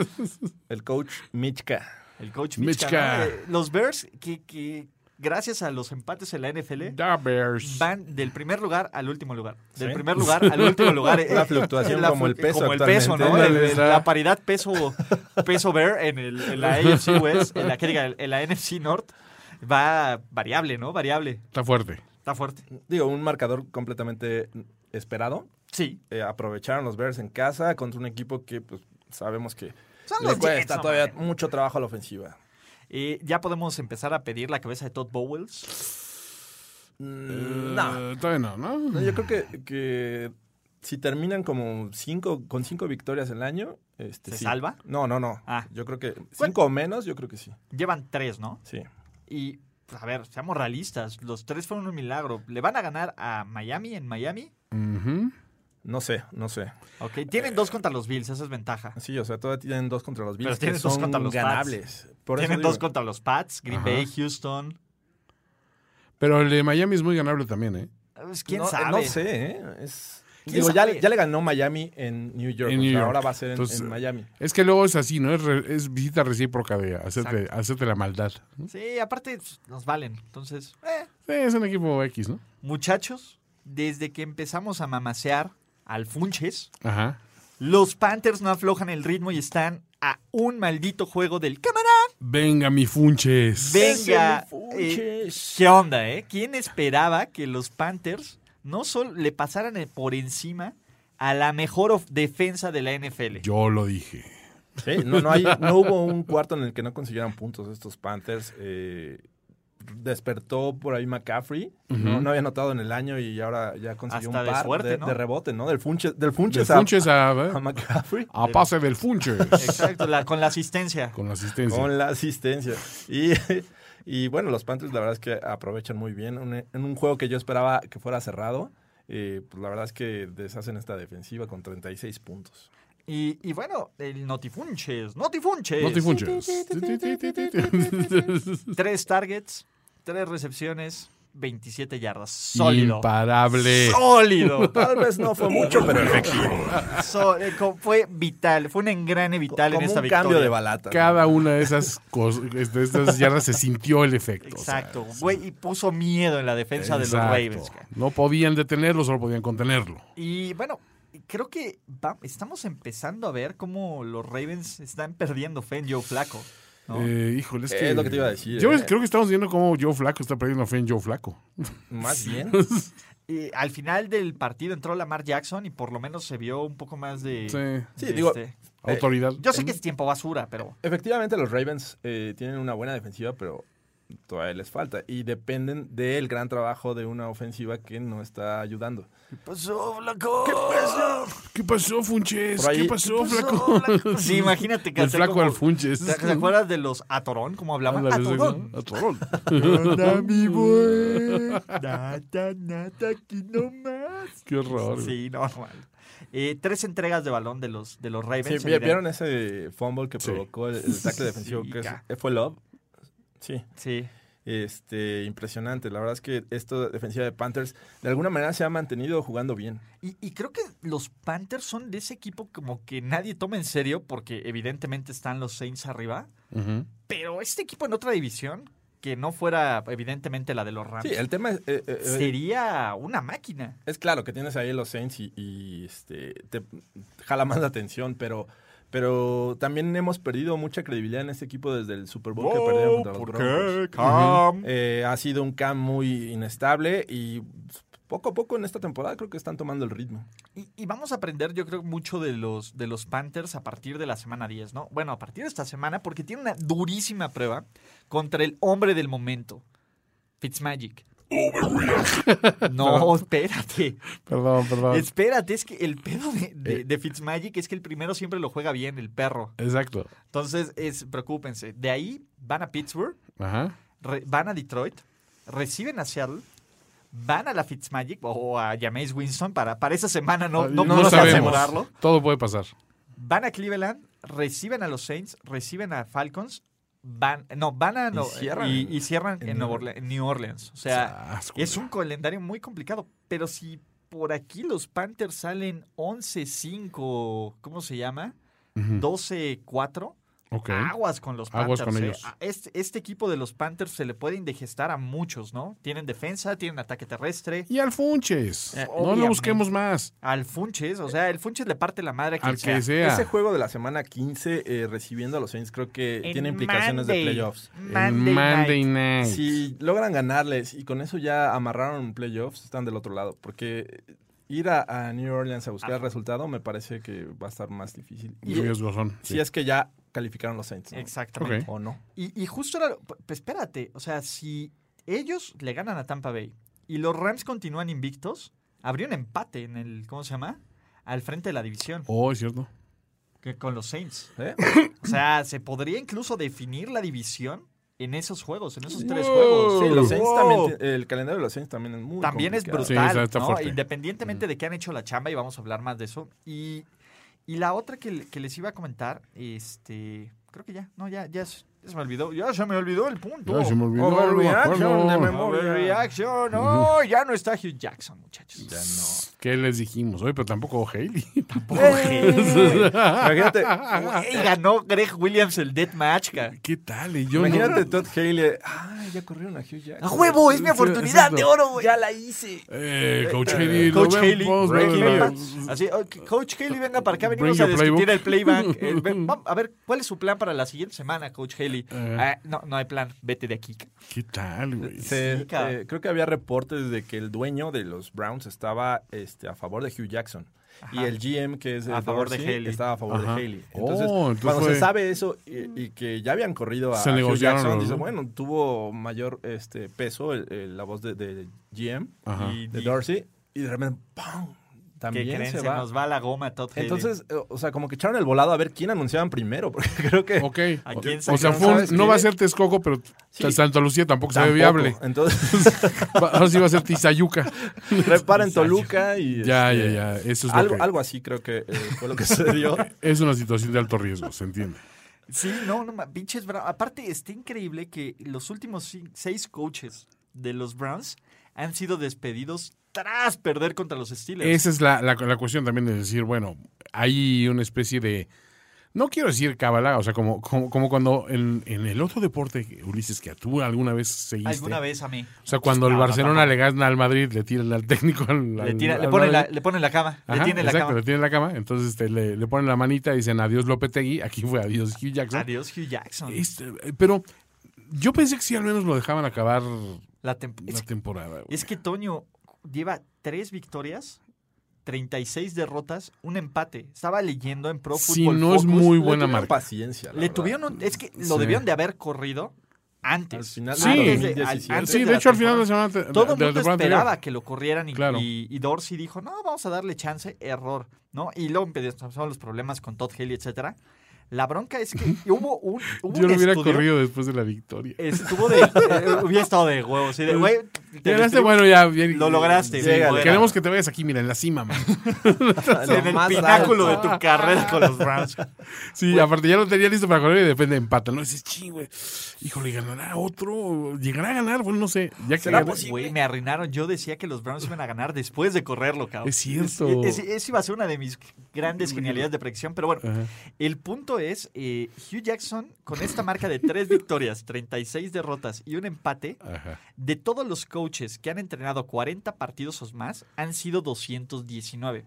S3: El coach Michka.
S2: El coach
S4: Mitchka.
S2: Mitchka. ¿no? Eh, Los Bears, que, que gracias a los empates en la NFL,
S4: da Bears.
S2: van del primer lugar al último lugar. Del
S3: Sí.
S2: primer lugar al último lugar. eh,
S3: Una fluctuación
S2: la
S3: como el
S2: fluc-
S3: peso
S2: Como el peso, ¿no?
S3: actualmente.
S2: El- el-
S4: Ándale,
S2: la
S4: está.
S2: paridad peso, peso Bear en, el, en la AFC West, en la, que diga, en la NFC North, va variable, ¿no? Variable.
S4: Está fuerte.
S2: Está fuerte.
S3: Digo, un marcador completamente esperado.
S2: Sí.
S3: Eh, aprovecharon los Bears en casa contra un equipo que pues, sabemos que
S2: Son
S3: le
S2: los Jets,
S3: cuesta
S2: no
S3: todavía
S2: mames.
S3: mucho trabajo a la ofensiva.
S2: Eh, ya podemos empezar a pedir la cabeza de Todd Bowles.
S4: Eh,
S3: Mm, no.
S4: Todavía no, ¿no?
S3: No, yo creo que, que si terminan como cinco, con cinco victorias el año, este,
S2: ¿Se
S3: sí.
S2: salva?
S3: No, no, no.
S2: Ah.
S3: Yo creo que cinco o menos, yo creo que sí.
S2: Llevan tres, ¿no?
S3: Sí.
S2: Y, pues, a ver, seamos realistas. Los tres fueron un milagro. ¿Le van a ganar a Miami en Miami?
S4: Ujú.
S3: No sé, no sé.
S2: Ok, tienen dos contra los Bills, esa es ventaja.
S3: Sí, o sea, todavía tienen dos contra los Bills.
S2: Pero tienen
S3: que
S2: dos
S3: son
S2: contra los Pats.
S3: ganables. Por eso
S2: Tienen
S3: digo,
S2: dos contra los Pats, Green
S4: Ajá.
S2: Bay, Houston.
S4: Pero el de Miami es muy ganable también, ¿eh?
S2: Pues, ¿Quién
S3: no, eh,
S2: sabe?
S3: No sé, ¿eh? Es-
S2: ¿Quién
S3: Digo, ya,
S2: sabe?
S3: le- ya le ganó Miami en New York.
S4: En
S3: o
S4: New
S3: sea,
S4: York.
S3: Ahora va a ser en,
S4: Entonces,
S3: en Miami.
S4: Es que luego es así, ¿no? Es, re- es visita recíproca de hacerte, hacerte la maldad. ¿no?
S2: Sí, aparte pues, nos valen. Entonces, eh,
S4: Sí, es un equipo X, ¿no?
S2: muchachos, desde que empezamos a mamasear al Funches,
S4: Ajá.
S2: los Panthers no aflojan el ritmo y están a un maldito juego del cámara.
S4: Venga, mi funches.
S2: Venga,
S3: Ese
S2: eh,
S3: Funches.
S2: ¿qué onda, eh? ¿Quién esperaba que los Panthers no solo le pasaran eh, por encima a la mejor of- defensa de la NFL?
S4: Yo lo dije.
S3: Sí, no, no hay, no hubo un cuarto en el que no consiguieran puntos estos Panthers. eh, despertó por ahí McCaffrey. no, no había notado en el año y ahora ya consiguió
S2: Hasta
S3: un
S2: de
S3: par
S2: suerte, ¿no?
S3: de rebote, ¿no? Del Funches, del
S4: Del
S3: funches, a-
S4: funches a,
S3: a McCaffrey.
S4: a pase del funches.
S2: Exacto, la- con la asistencia.
S4: Con la asistencia.
S3: Con la asistencia. Y, y bueno, los Panthers la verdad es que aprovechan muy bien. Un- en un juego que yo esperaba que fuera cerrado, eh, pues la verdad es que deshacen esta defensiva con 36 puntos.
S2: Y, y bueno, el Notifunches, Notifunches.
S4: No te funches.
S2: Tres targets, tres recepciones, 27 yardas. Sólido.
S4: Imparable.
S2: Sólido.
S3: Tal vez no fue mucho, pero
S2: So- eh, co- fue vital, fue un engrane vital
S3: como
S2: en esta
S3: un
S2: victoria.
S3: cambio de balata.
S4: Cada una de esas cos- de estas yardas se sintió el efecto. o sea,
S2: Exacto, güey, y puso miedo en la defensa de los
S4: exacto.
S2: Ravens. cara.
S4: No podían detenerlo, solo podían contenerlo.
S2: Y bueno, creo que va- estamos empezando a ver cómo los Ravens están perdiendo fe en Joe Flaco. ¿no?
S4: Eh, híjole, es,
S3: Es
S4: que,
S3: lo que te iba a decir,
S4: Yo
S3: eh.
S4: creo que estamos viendo cómo Joe Flaco está perdiendo fe en Joe Flaco.
S3: Más bien.
S2: Y al final del partido entró Lamar Jackson y por lo menos se vio un poco más de...
S4: Sí.
S3: Sí, digo,
S2: este,
S4: Autoridad.
S2: Yo sé que es tiempo basura, pero...
S3: Efectivamente, los Ravens eh, tienen una buena defensiva, pero todavía les falta. Y dependen del gran trabajo de una ofensiva que no está ayudando.
S2: ¿Qué pasó?
S4: ¿Qué pasó, Funches?
S3: Por ahí-
S4: ¿Qué pasó, Flaco?
S2: Sí, imagínate que
S4: El
S2: hacer
S4: flaco
S2: como-
S4: al Funches.
S2: ¿Te te acuerdas de los Atorón? Como hablaban.
S4: Ándale, sí,
S2: Atorón.
S4: ¿no? A Torón.
S2: Nata, nata, aquí nomás.
S4: Qué horror. güey.
S2: Sí, normal. Eh, tres entregas de balón de los, de los Ravens.
S3: Sí, vi-
S2: evidente.
S3: ¿Vieron ese fumble que
S4: Sí.
S3: provocó el, el tackle defensivo
S2: Sí,
S3: que es- eh,
S2: ca.
S3: fue Love? Sí,
S2: Sí.
S3: este, impresionante. La verdad es que esta defensiva de Panthers de alguna manera se ha mantenido jugando bien.
S2: Y, y creo que los Panthers son de ese equipo como que nadie toma en serio porque evidentemente están los Saints arriba.
S4: Ujú.
S2: Pero este equipo en otra división, que no fuera evidentemente la de los Rams,
S3: Sí, el tema es, eh, eh, eh,
S2: sería una máquina.
S3: es claro que tienes ahí los Saints y, y, este, te jala más la atención, pero, pero también hemos perdido mucha credibilidad en este equipo desde el Super Bowl que perdieron contra los Broncos.
S2: Cam?
S3: Eh, ha sido un cam muy inestable y poco a poco en esta temporada creo que están tomando el ritmo.
S2: Y, y vamos a aprender, yo creo, mucho de los, de los Panthers a partir de la semana 10, ¿no? Bueno, a partir de esta semana, porque tiene una durísima prueba contra el hombre del momento, Fitzmagic. No, espérate.
S4: Perdón,
S3: Ah.
S4: perdón.
S2: Espérate, es que el pedo de,
S3: Eh.
S2: de- de Fitzmagic es que el primero siempre lo juega bien, el perro.
S4: Exacto.
S2: Entonces, es, preocúpense. De ahí van a Pittsburgh,
S4: Ajá.
S2: re- van a Detroit, reciben a Seattle. Van a la Fitzmagic o a Jameis Winston para, para esa semana, no, no, podemos asegurarlo.
S4: Todo puede pasar.
S2: Van a Cleveland, reciben a los Saints, reciben a Falcons, van, no, van a no- y y
S3: cierran.
S2: cierran, en,
S3: En
S2: Nueva
S3: Nueva-
S2: Orle- en New Orleans. O sea,
S4: Asco,
S2: es un calendario muy complicado. Pero si por aquí los Panthers salen 11-5, ¿cómo se llama?
S4: Ujú.
S2: 12-4.
S4: Ok.
S2: Aguas con los
S4: Aguas
S2: Panthers.
S4: con
S2: ¿eh?
S4: ellos.
S2: A- Este, este equipo de los Panthers se le puede indigestar a muchos, ¿no? Tienen defensa, tienen ataque terrestre.
S4: Y al Funches.
S2: Eh,
S4: no
S2: obviamente.
S4: lo busquemos más.
S2: Al Funches, o sea, el Funches le parte la madre a quien
S4: Al que
S2: sea.
S4: sea.
S3: Ese juego de la semana 15 eh, recibiendo a los Saints creo que
S2: En
S3: tiene implicaciones
S2: Monday,
S3: de playoffs.
S4: El
S2: Monday
S4: Monday
S2: night.
S4: Night.
S3: Si logran ganarles y con eso ya amarraron playoffs, están del otro lado. Porque ir a, a New Orleans a buscar
S2: Ah.
S3: el resultado me parece que va a estar más difícil. Y,
S4: Riesgosón.
S3: Si es que ya calificaron los Saints. ¿no?
S2: Exactamente.
S4: Ok.
S3: ¿O no?
S2: Y, y justo era. lo- p- Espérate, o sea, si ellos le ganan a Tampa Bay y los Rams continúan invictos, habría un empate en el. ¿Cómo se llama? Al frente de la división,
S4: Oh, es cierto.
S2: que con los Saints.
S3: ¿Eh?
S2: O sea, se podría incluso definir la división en esos juegos, en esos tres
S4: Wow.
S2: juegos.
S3: Sí, los Saints
S2: Wow.
S3: también, ti- el calendario de los Saints también es muy
S2: También es
S3: complicado.
S4: Sí,
S2: brutal,
S4: está- está
S2: ¿no?
S4: fuerte. Mm.
S2: Independientemente de que han hecho la chamba, y vamos a hablar más de eso. Y, y la otra que, le- que les iba a comentar, este, creo que ya, no, ya, ya, se ya se me olvidó, ya se me olvidó el punto.
S4: Ya se me olvidó, no me
S3: Overreaction de
S4: acuerdo.
S3: mem- olvidó.
S2: Overreaction, no, ya no está Hugh Jackson, muchachos.
S3: Ya no.
S4: ¿Qué les dijimos? Oye, pero tampoco Haley. Tampoco
S2: Eh,
S3: Imagínate,
S2: güey, ganó Greg Williams el dead match, cara.
S4: ¿Qué tal? Y yo no-
S3: imagínate Todd Haley. Ay, ya corrieron a Hugh Jackson.
S2: A huevo, es mi
S4: Sí,
S2: oportunidad
S4: exacto.
S2: de oro, güey. Ya la hice.
S4: Eh, Coach Haley.
S2: Coach
S4: lo
S2: Haley,
S4: vemos,
S3: breaking
S4: ¿verdad?
S3: news.
S2: Así, oh, que Coach Haley, venga para acá,
S4: Bring
S2: venimos a
S4: your
S2: discutir
S4: playbook.
S2: el playback. El- ve- vam- a ver, ¿cuál es su plan para la siguiente semana, Coach Haley?
S4: Eh.
S2: Ah, no, no hay plan, vete de aquí.
S4: ¿Qué tal, güey?
S3: Se-
S2: Sí, cabrón.
S3: eh, creo que había reportes de que el dueño de los Browns estaba este, a favor de Hugh Jackson. Y el GM, que es
S2: A
S3: eh,
S2: favor de Haley.
S3: estaba a favor
S4: Ajá.
S3: de Haley. Entonces,
S4: Oh, entonces
S3: cuando
S4: fue-
S3: se sabe eso y, y que ya habían corrido a,
S4: Se
S3: a Hugh
S4: negociaron
S3: Jackson,
S4: los-
S3: dice, bueno, tuvo mayor este, peso el- el- la voz de, de GM,
S4: Ajá.
S3: y, de Dorsey, y de repente, ¡pum!
S2: Que
S3: También
S2: creen,
S3: se
S2: se,
S3: va.
S2: nos va la goma, Todd Haley.
S3: Entonces, eh, o sea, como que echaron el volado a ver quién anunciaban primero, porque creo que...
S4: Ok.
S2: ¿A quién
S4: O sea,
S2: sacaron?
S4: fue un-
S3: ¿Sabes
S4: no
S3: qué?
S4: va a ser Texcoco, pero
S3: Sí.
S4: Santa Lucía tampoco, se ve
S3: tampoco.
S4: viable.
S3: Entonces,
S4: Va- Ahora sí va a ser Tizayuca.
S3: reparen Toluca y...
S4: ya,
S3: este,
S4: ya, ya. Eso es Pues lo
S3: Algo,
S4: que-
S3: algo así creo que eh, fue lo que sucedió.
S4: Es una situación de alto riesgo, se entiende.
S2: Sí, no, no, ma- pinches Browns. Aparte, está increíble que los últimos cin- seis coaches de los Browns han sido despedidos tras perder contra los Steelers.
S4: Esa es la, la- la cuestión también de decir, bueno, hay una especie de... No quiero decir cábala, o sea, como, como, como cuando en, en el otro deporte, Ulises, que tú alguna vez seguiste.
S2: Alguna vez a mí.
S4: O sea, cuando el
S2: No, no,
S4: Barcelona le gana al Madrid, le tiran al técnico al,
S2: Le,
S4: al-
S2: tira- le
S4: al
S2: ponen la,
S4: Madrid.
S2: le ponen la cama. le
S4: Ajá,
S2: tienen la
S4: exacto,
S2: cama.
S4: le tienen la cama. Entonces este, le, le ponen la manita y dicen adiós Lopetegui. Aquí fue adiós Hugh Jackson.
S2: Adiós, Hugh Jackson.
S4: Este, eh, pero yo pensé que sí al menos lo dejaban acabar la
S2: La temp- es
S4: temporada. güey.
S2: Es que Toño lleva tres victorias, 36 derrotas, un empate. Estaba leyendo en Pro
S4: Sí,
S2: Football
S4: no es
S2: Focus.
S4: muy
S3: Le
S4: buena
S3: tuvieron
S4: marca.
S3: paciencia. la
S2: Le
S3: verdad.
S2: tuvieron un- es que lo
S4: Sí.
S2: debieron de haber corrido antes.
S3: Al final
S4: Sí.
S2: antes de- al-
S3: 2017.
S2: antes
S4: Sí, de
S2: la
S4: hecho al final de la
S2: temporada.
S4: semana... te-
S2: todo
S4: de-
S2: el
S4: de la
S2: mundo
S4: temporada
S2: esperaba
S4: anterior.
S2: que lo corrieran y,
S4: Claro.
S2: y, y Dorsey dijo, no, vamos a darle chance, error, ¿no? Y luego empezaron los problemas con Todd Haley, etcétera. La bronca es que hubo un, hubo
S4: Yo
S2: un
S4: lo hubiera
S2: estudio-
S4: corrido después de la victoria.
S2: Estuvo de... eh, hubiera estado de huevos. y de,
S4: Pues,
S2: güey, te
S4: Llegaste,
S2: destruí-
S4: bueno, ya. bien.
S2: Lo lograste.
S3: Llégale.
S2: sin poder.
S4: Queremos que te vayas aquí, mira, en la cima, man.
S3: Lo
S2: en el
S3: más
S2: pináculo
S3: alto.
S2: de tu carrera con los Browns.
S4: Sí, aparte ya lo tenía listo para correr y depende de empata. No dices, ching, güey. Híjole, ganará otro. Llegará a ganar, bueno, no sé. Ya que
S3: ¿Será
S4: gane-
S3: posible?
S2: Güey, me arruinaron. Yo decía que los Browns iban a ganar después de correrlo, cabrón.
S4: Es cierto.
S2: Es- es- Esa iba a ser una de mis grandes genialidades de predicción. Pero bueno,
S4: Ajá.
S2: el punto es, eh, Hugh Jackson, con esta marca de tres victorias, 36 derrotas y un empate,
S4: Ajá.
S2: de todos los coaches que han entrenado 40 partidos o más, han sido 219.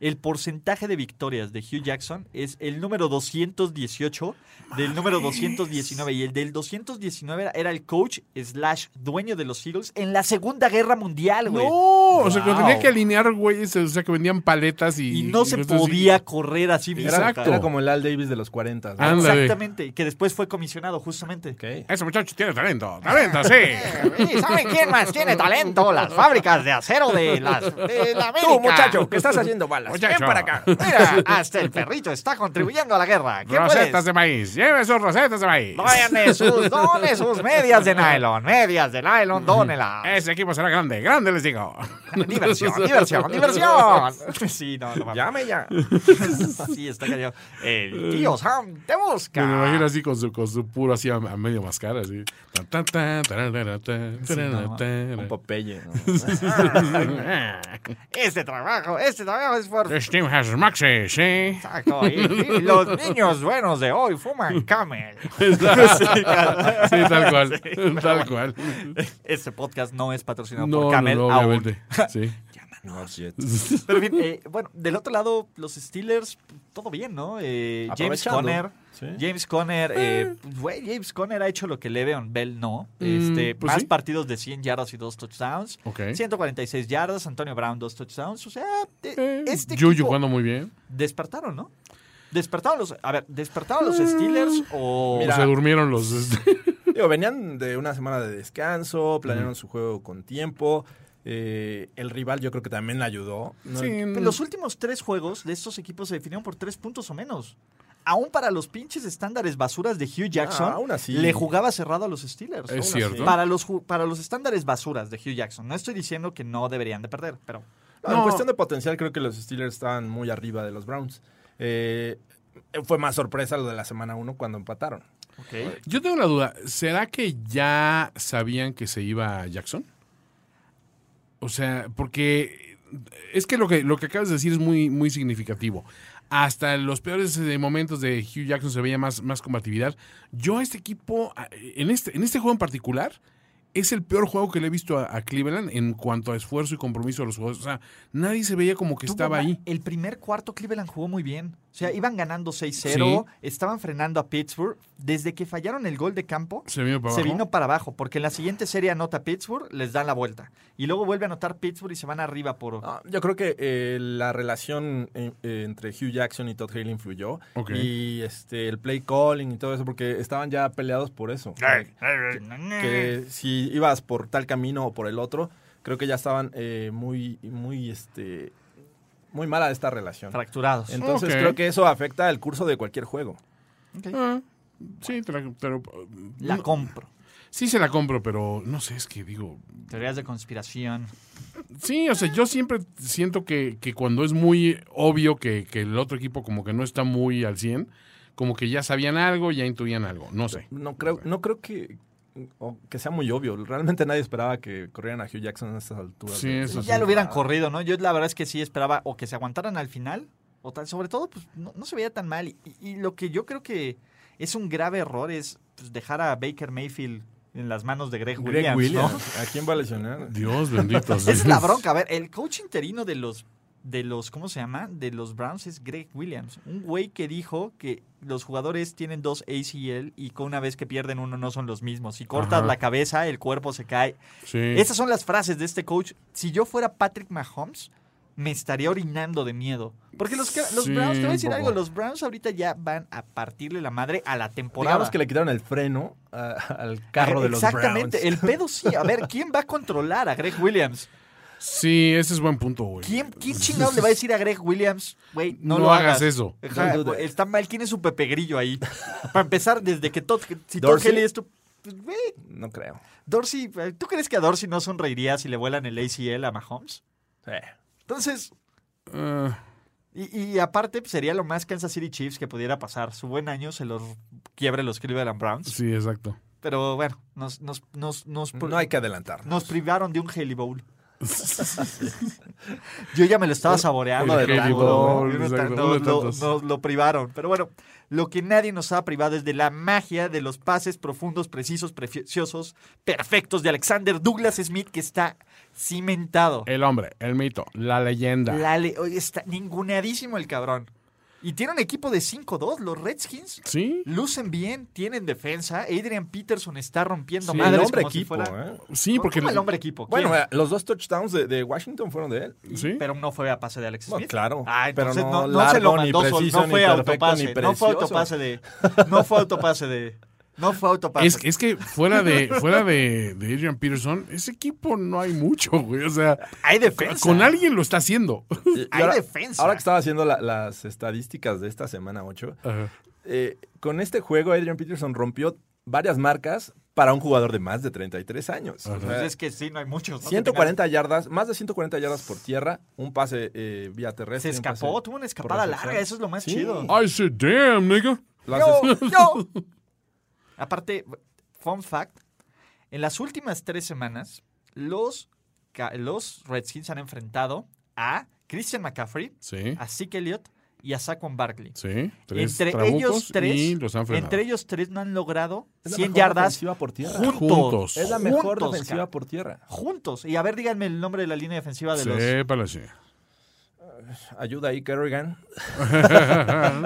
S2: El porcentaje de victorias de Hugh Jackson es el número 218 del número 219. Y el del 219 era- era el coach slash dueño de los Eagles en la Segunda Guerra Mundial, güey.
S4: No, o sea, cuando
S2: Wow.
S4: tenía que alinear, güeyes, o sea, que vendían paletas y.
S2: y no se
S4: entonces,
S2: podía correr así mismo.
S4: Exacto.
S2: cara.
S3: Era como el Al Davis de los 40. ¿no?
S4: Ah, Ándale.
S2: Exactamente. Que después fue comisionado, justamente.
S3: Ok.
S4: Ese muchacho tiene talento, talento, sí.
S2: Sí, ¿Saben quién más tiene talento? Las fábricas de acero de, las, de la América.
S3: Tú, muchacho, que estás haciendo balas.
S4: Muchacho.
S3: Ven para acá.
S2: Mira, hasta pues, el perrito está contribuyendo a la guerra. ¿Qué
S4: Rosetas
S2: puedes?
S4: de maíz, lleve sus rosetas de maíz.
S2: Dónenle sus, dónenle sus medias de nylon, medias de nylon, dónela.
S4: Ese equipo será grande, grande les digo.
S2: Diversión, diversión, diversión. Sí, no, no, mames.
S3: Llame ya.
S2: sí, está callado. El tío Sam te busca.
S4: Me lo imagino así con su, con su puro así a, a medio mascara, así. Tan, tan, tan, tararara, tan,
S2: Sí, no,
S4: tararara.
S3: Un Popeye. ¿no?
S2: Este trabajo, este trabajo es fuerte.
S4: This team has maxes, ¿eh?
S2: Exacto. Y, y los niños buenos de hoy fuman camel.
S4: Sí, tal cual. tal cual.
S2: Este podcast no es patrocinado
S4: No,
S2: por
S4: no,
S2: camel
S4: no,
S2: aún.
S4: obviamente. Sí.
S5: Not yet.
S2: Pero bien, eh, bueno, del otro lado, los Steelers, todo bien, ¿no? Eh, James
S3: Aprovechando.
S2: Conner.
S3: Sí.
S2: James Conner, eh, güey, James Conner ha hecho lo que Le'Veon Bell no. Este,
S4: pues
S2: más
S4: sí.
S2: partidos de 100 yardas y dos touchdowns.
S4: Ok.
S2: 146 yardas, Antonio Brown dos touchdowns. O sea, te-
S4: Eh,
S2: este
S4: Juju
S2: equipo
S4: jugando muy bien.
S2: despertaron, ¿no? Despertaron los, a ver, despertaron los
S4: Mm.
S2: Steelers o
S4: O
S3: Mira.
S4: se durmieron los. este,
S3: Digo, venían de una semana de descanso, planearon su juego con tiempo. eh, el rival yo creo que también le ayudó. ¿no?
S4: sí,
S2: Pero los últimos tres juegos de estos equipos se definieron por tres puntos o menos. Aún para los pinches estándares basuras de Hugh Jackson,
S3: Ah, aún así.
S2: le jugaba cerrado a los Steelers.
S4: es
S3: así.
S4: cierto.
S2: Para los, ju- para los estándares basuras de Hugh Jackson. No estoy diciendo que no deberían de perder, pero
S3: No,
S4: No.
S3: En cuestión de potencial, creo que los Steelers estaban muy arriba de los Browns. Eh, fue más sorpresa lo de la semana 1 cuando empataron.
S2: ok.
S4: Yo tengo la duda, ¿será que ya sabían que se iba Jackson? O sea, porque es que lo que, lo que acabas de decir es muy, muy significativo. Hasta en los peores eh, momentos de Hugh Jackson se veía más, más combatividad. Yo a este equipo, a- en este, en este juego en particular, es el peor juego que le he visto a, a Cleveland en cuanto a esfuerzo y compromiso de los jugadores. O sea, nadie se veía como que
S2: Tuvo
S4: estaba
S2: ma-
S4: ahí.
S2: El primer cuarto Cleveland jugó muy bien. O sea, iban ganando 6-0, estaban frenando a Pittsburgh. Desde que fallaron el gol de campo,
S4: Se vino para
S2: se
S4: abajo.
S2: vino para abajo, porque en la siguiente serie anota Pittsburgh, les dan la vuelta. Y luego vuelve a anotar Pittsburgh y se van arriba por...
S3: Ah, yo creo que eh, la relación eh, eh, entre Hugh Jackson y Todd Haley influyó.
S4: Ok.
S3: Y este, el play calling y todo eso, porque estaban ya peleados por eso. que si ibas por tal camino o por el otro, creo que ya estaban eh, muy, muy, este, muy mala esta relación.
S2: Fracturados.
S3: Entonces
S4: Ok.
S3: creo que eso afecta el curso de cualquier juego.
S2: Ok.
S4: Ah, sí, te la- pero...
S2: La compro.
S4: Sí se la compro, pero no sé, es que digo,
S2: Teorías de conspiración.
S4: Sí, o sea, yo siempre siento que, que cuando es muy obvio que, que el otro equipo como que no está muy al 100, como que ya sabían algo, ya intuían algo, no sé.
S3: No creo, no creo que, o que sea muy obvio. Realmente nadie esperaba que corrieran a Hugh Jackson a estas alturas.
S4: Sí,
S3: de-
S4: eso
S3: de-
S4: sí.
S2: Ya lo hubieran corrido, ¿no? Yo la verdad es que sí esperaba o que se aguantaran al final, o tal, sobre todo, pues no, no se veía tan mal. Y, y lo que yo creo que es un grave error es pues, dejar a Baker Mayfield en las manos de Greg,
S3: Greg
S2: Williams,
S3: Williams.
S2: ¿no?
S3: ¿A quién va a lesionar?
S4: Dios bendito.
S2: Esa es
S4: Pues,
S2: la bronca. A ver, el coach interino de los, de los, ¿cómo se llama? De los Browns es Greg Williams. Un güey que dijo que los jugadores tienen dos ACL y que una vez que pierden uno no son los mismos. Si cortas
S4: Ajá.
S2: la cabeza, el cuerpo se cae.
S4: Sí.
S2: Esas son las frases de este coach. Si yo fuera Patrick Mahomes, me estaría orinando de miedo. Porque los, ca- los
S4: Sí,
S2: Browns, te voy a decir
S4: un poco.
S2: algo, los Browns ahorita ya van a partirle la madre a la temporada.
S3: Digamos que le quitaron el freno a- al carro de los
S2: Exactamente,
S3: Browns.
S2: el pedo sí. A ver, ¿quién va a controlar a Greg Williams?
S4: Sí, ese es buen punto, güey.
S2: ¿Quién, quién chingado le va a decir a Greg Williams, güey, no,
S4: No
S2: lo
S4: hagas
S2: hagas,
S4: eso.
S2: Ajá,
S3: Don't do
S2: güey,
S3: that.
S2: está mal, ¿quién es su Pepe Grillo ahí? Para empezar, desde que Todd, si Todd
S3: Dorsey.
S2: Haley es tu... pues, Güey,
S3: No creo.
S2: Dorsey, eh, ¿tú crees que a Dorsey no sonreiría si le vuelan el ACL a Mahomes?
S3: Eh.
S2: Entonces,
S4: Ah,
S2: y, y aparte pues, sería lo más Kansas City Chiefs que pudiera pasar. Su buen año se los quiebre los Cleveland Browns.
S4: sí, exacto.
S2: Pero bueno, nos, nos, nos, nos,
S3: No hay que adelantar.
S2: nos privaron de un Haley Bowl. Yo ya me lo estaba saboreando.
S3: uno
S2: de
S3: de
S2: tanto,
S3: tantos,
S2: ¿no?
S4: ¿no?
S2: Uno de
S4: Exacto,
S2: tantos,
S4: uno de
S2: lo-
S4: tantos.
S2: Nos lo privaron. Pero bueno, lo que nadie nos ha privado es de la magia de los pases profundos, precisos, preciosos, perfectos de Alexander Douglas Smith, que está cimentado.
S4: El hombre, el mito, la leyenda.
S2: La le- oye, está ninguneadísimo el cabrón. Y tiene un equipo de 5-2. Los Redskins
S4: Sí,
S2: lucen bien, tienen defensa. Adrian Peterson está rompiendo
S4: Sí,
S2: madres
S3: el hombre
S2: como si
S3: equipo,
S2: fuera-
S3: ¿eh?
S4: sí, porque...
S2: ¿Cómo el hombre equipo? ¿Quién?
S3: Bueno, eh, los dos touchdowns de, de Washington fueron de él.
S4: Sí.
S2: pero no fue a pase de Alex Smith.
S3: Bueno, claro,
S2: Ah,
S3: pero
S2: entonces no,
S3: no
S2: no
S3: largo,
S2: se lo
S3: ni
S2: mandó solo,
S3: preciso,
S2: no fue
S3: ni
S2: autopase,
S3: perfecto, ni
S2: no fue
S3: precioso.
S2: autopase de no fue autopase de no fue autopase.
S4: Es, es que fuera de fuera de, de Adrian Peterson, ese equipo no hay mucho, güey. O sea,
S2: hay defensa.
S4: con alguien lo está haciendo.
S3: Y- y
S2: Hay defensa.
S3: Ahora que estaba haciendo la- las estadísticas de esta semana 8,
S4: Ajá.
S3: con este juego Adrian Peterson rompió varias marcas para un jugador de más de 33 años. O sea,
S2: Pues es que sí, no hay muchos. ¿no?
S3: 140 yardas, más de 140 yardas por tierra, un pase eh, vía
S2: se
S3: terrestre. un pase
S2: escapó, tuvo una escapada
S3: por recepción.
S2: larga, eso es lo más
S3: Sí.
S2: chido.
S4: I said, damn, nigga.
S3: Las
S2: Yo,
S3: es-
S2: yo. Aparte, fun fact, en las últimas tres semanas, los, ca- los Redskins han enfrentado a Christian McCaffrey,
S4: Sí.
S2: a Zeke Elliott y a Saquon Barkley.
S4: Sí, tres
S2: Entre
S4: trabucos
S2: ellos tres,
S4: y los han frenado.
S2: entre ellos tres no han logrado
S3: Es la
S2: 100
S3: mejor
S2: yardas
S3: ofensiva por tierra.
S2: juntos.
S4: Juntos.
S3: Es la mejor
S2: Juntos,
S3: defensiva
S2: cabrón.
S3: por tierra.
S2: Juntos. Y a ver, díganme el nombre de la línea defensiva de los
S4: Sépala, sí.
S3: Ayuda ahí, Kerrigan.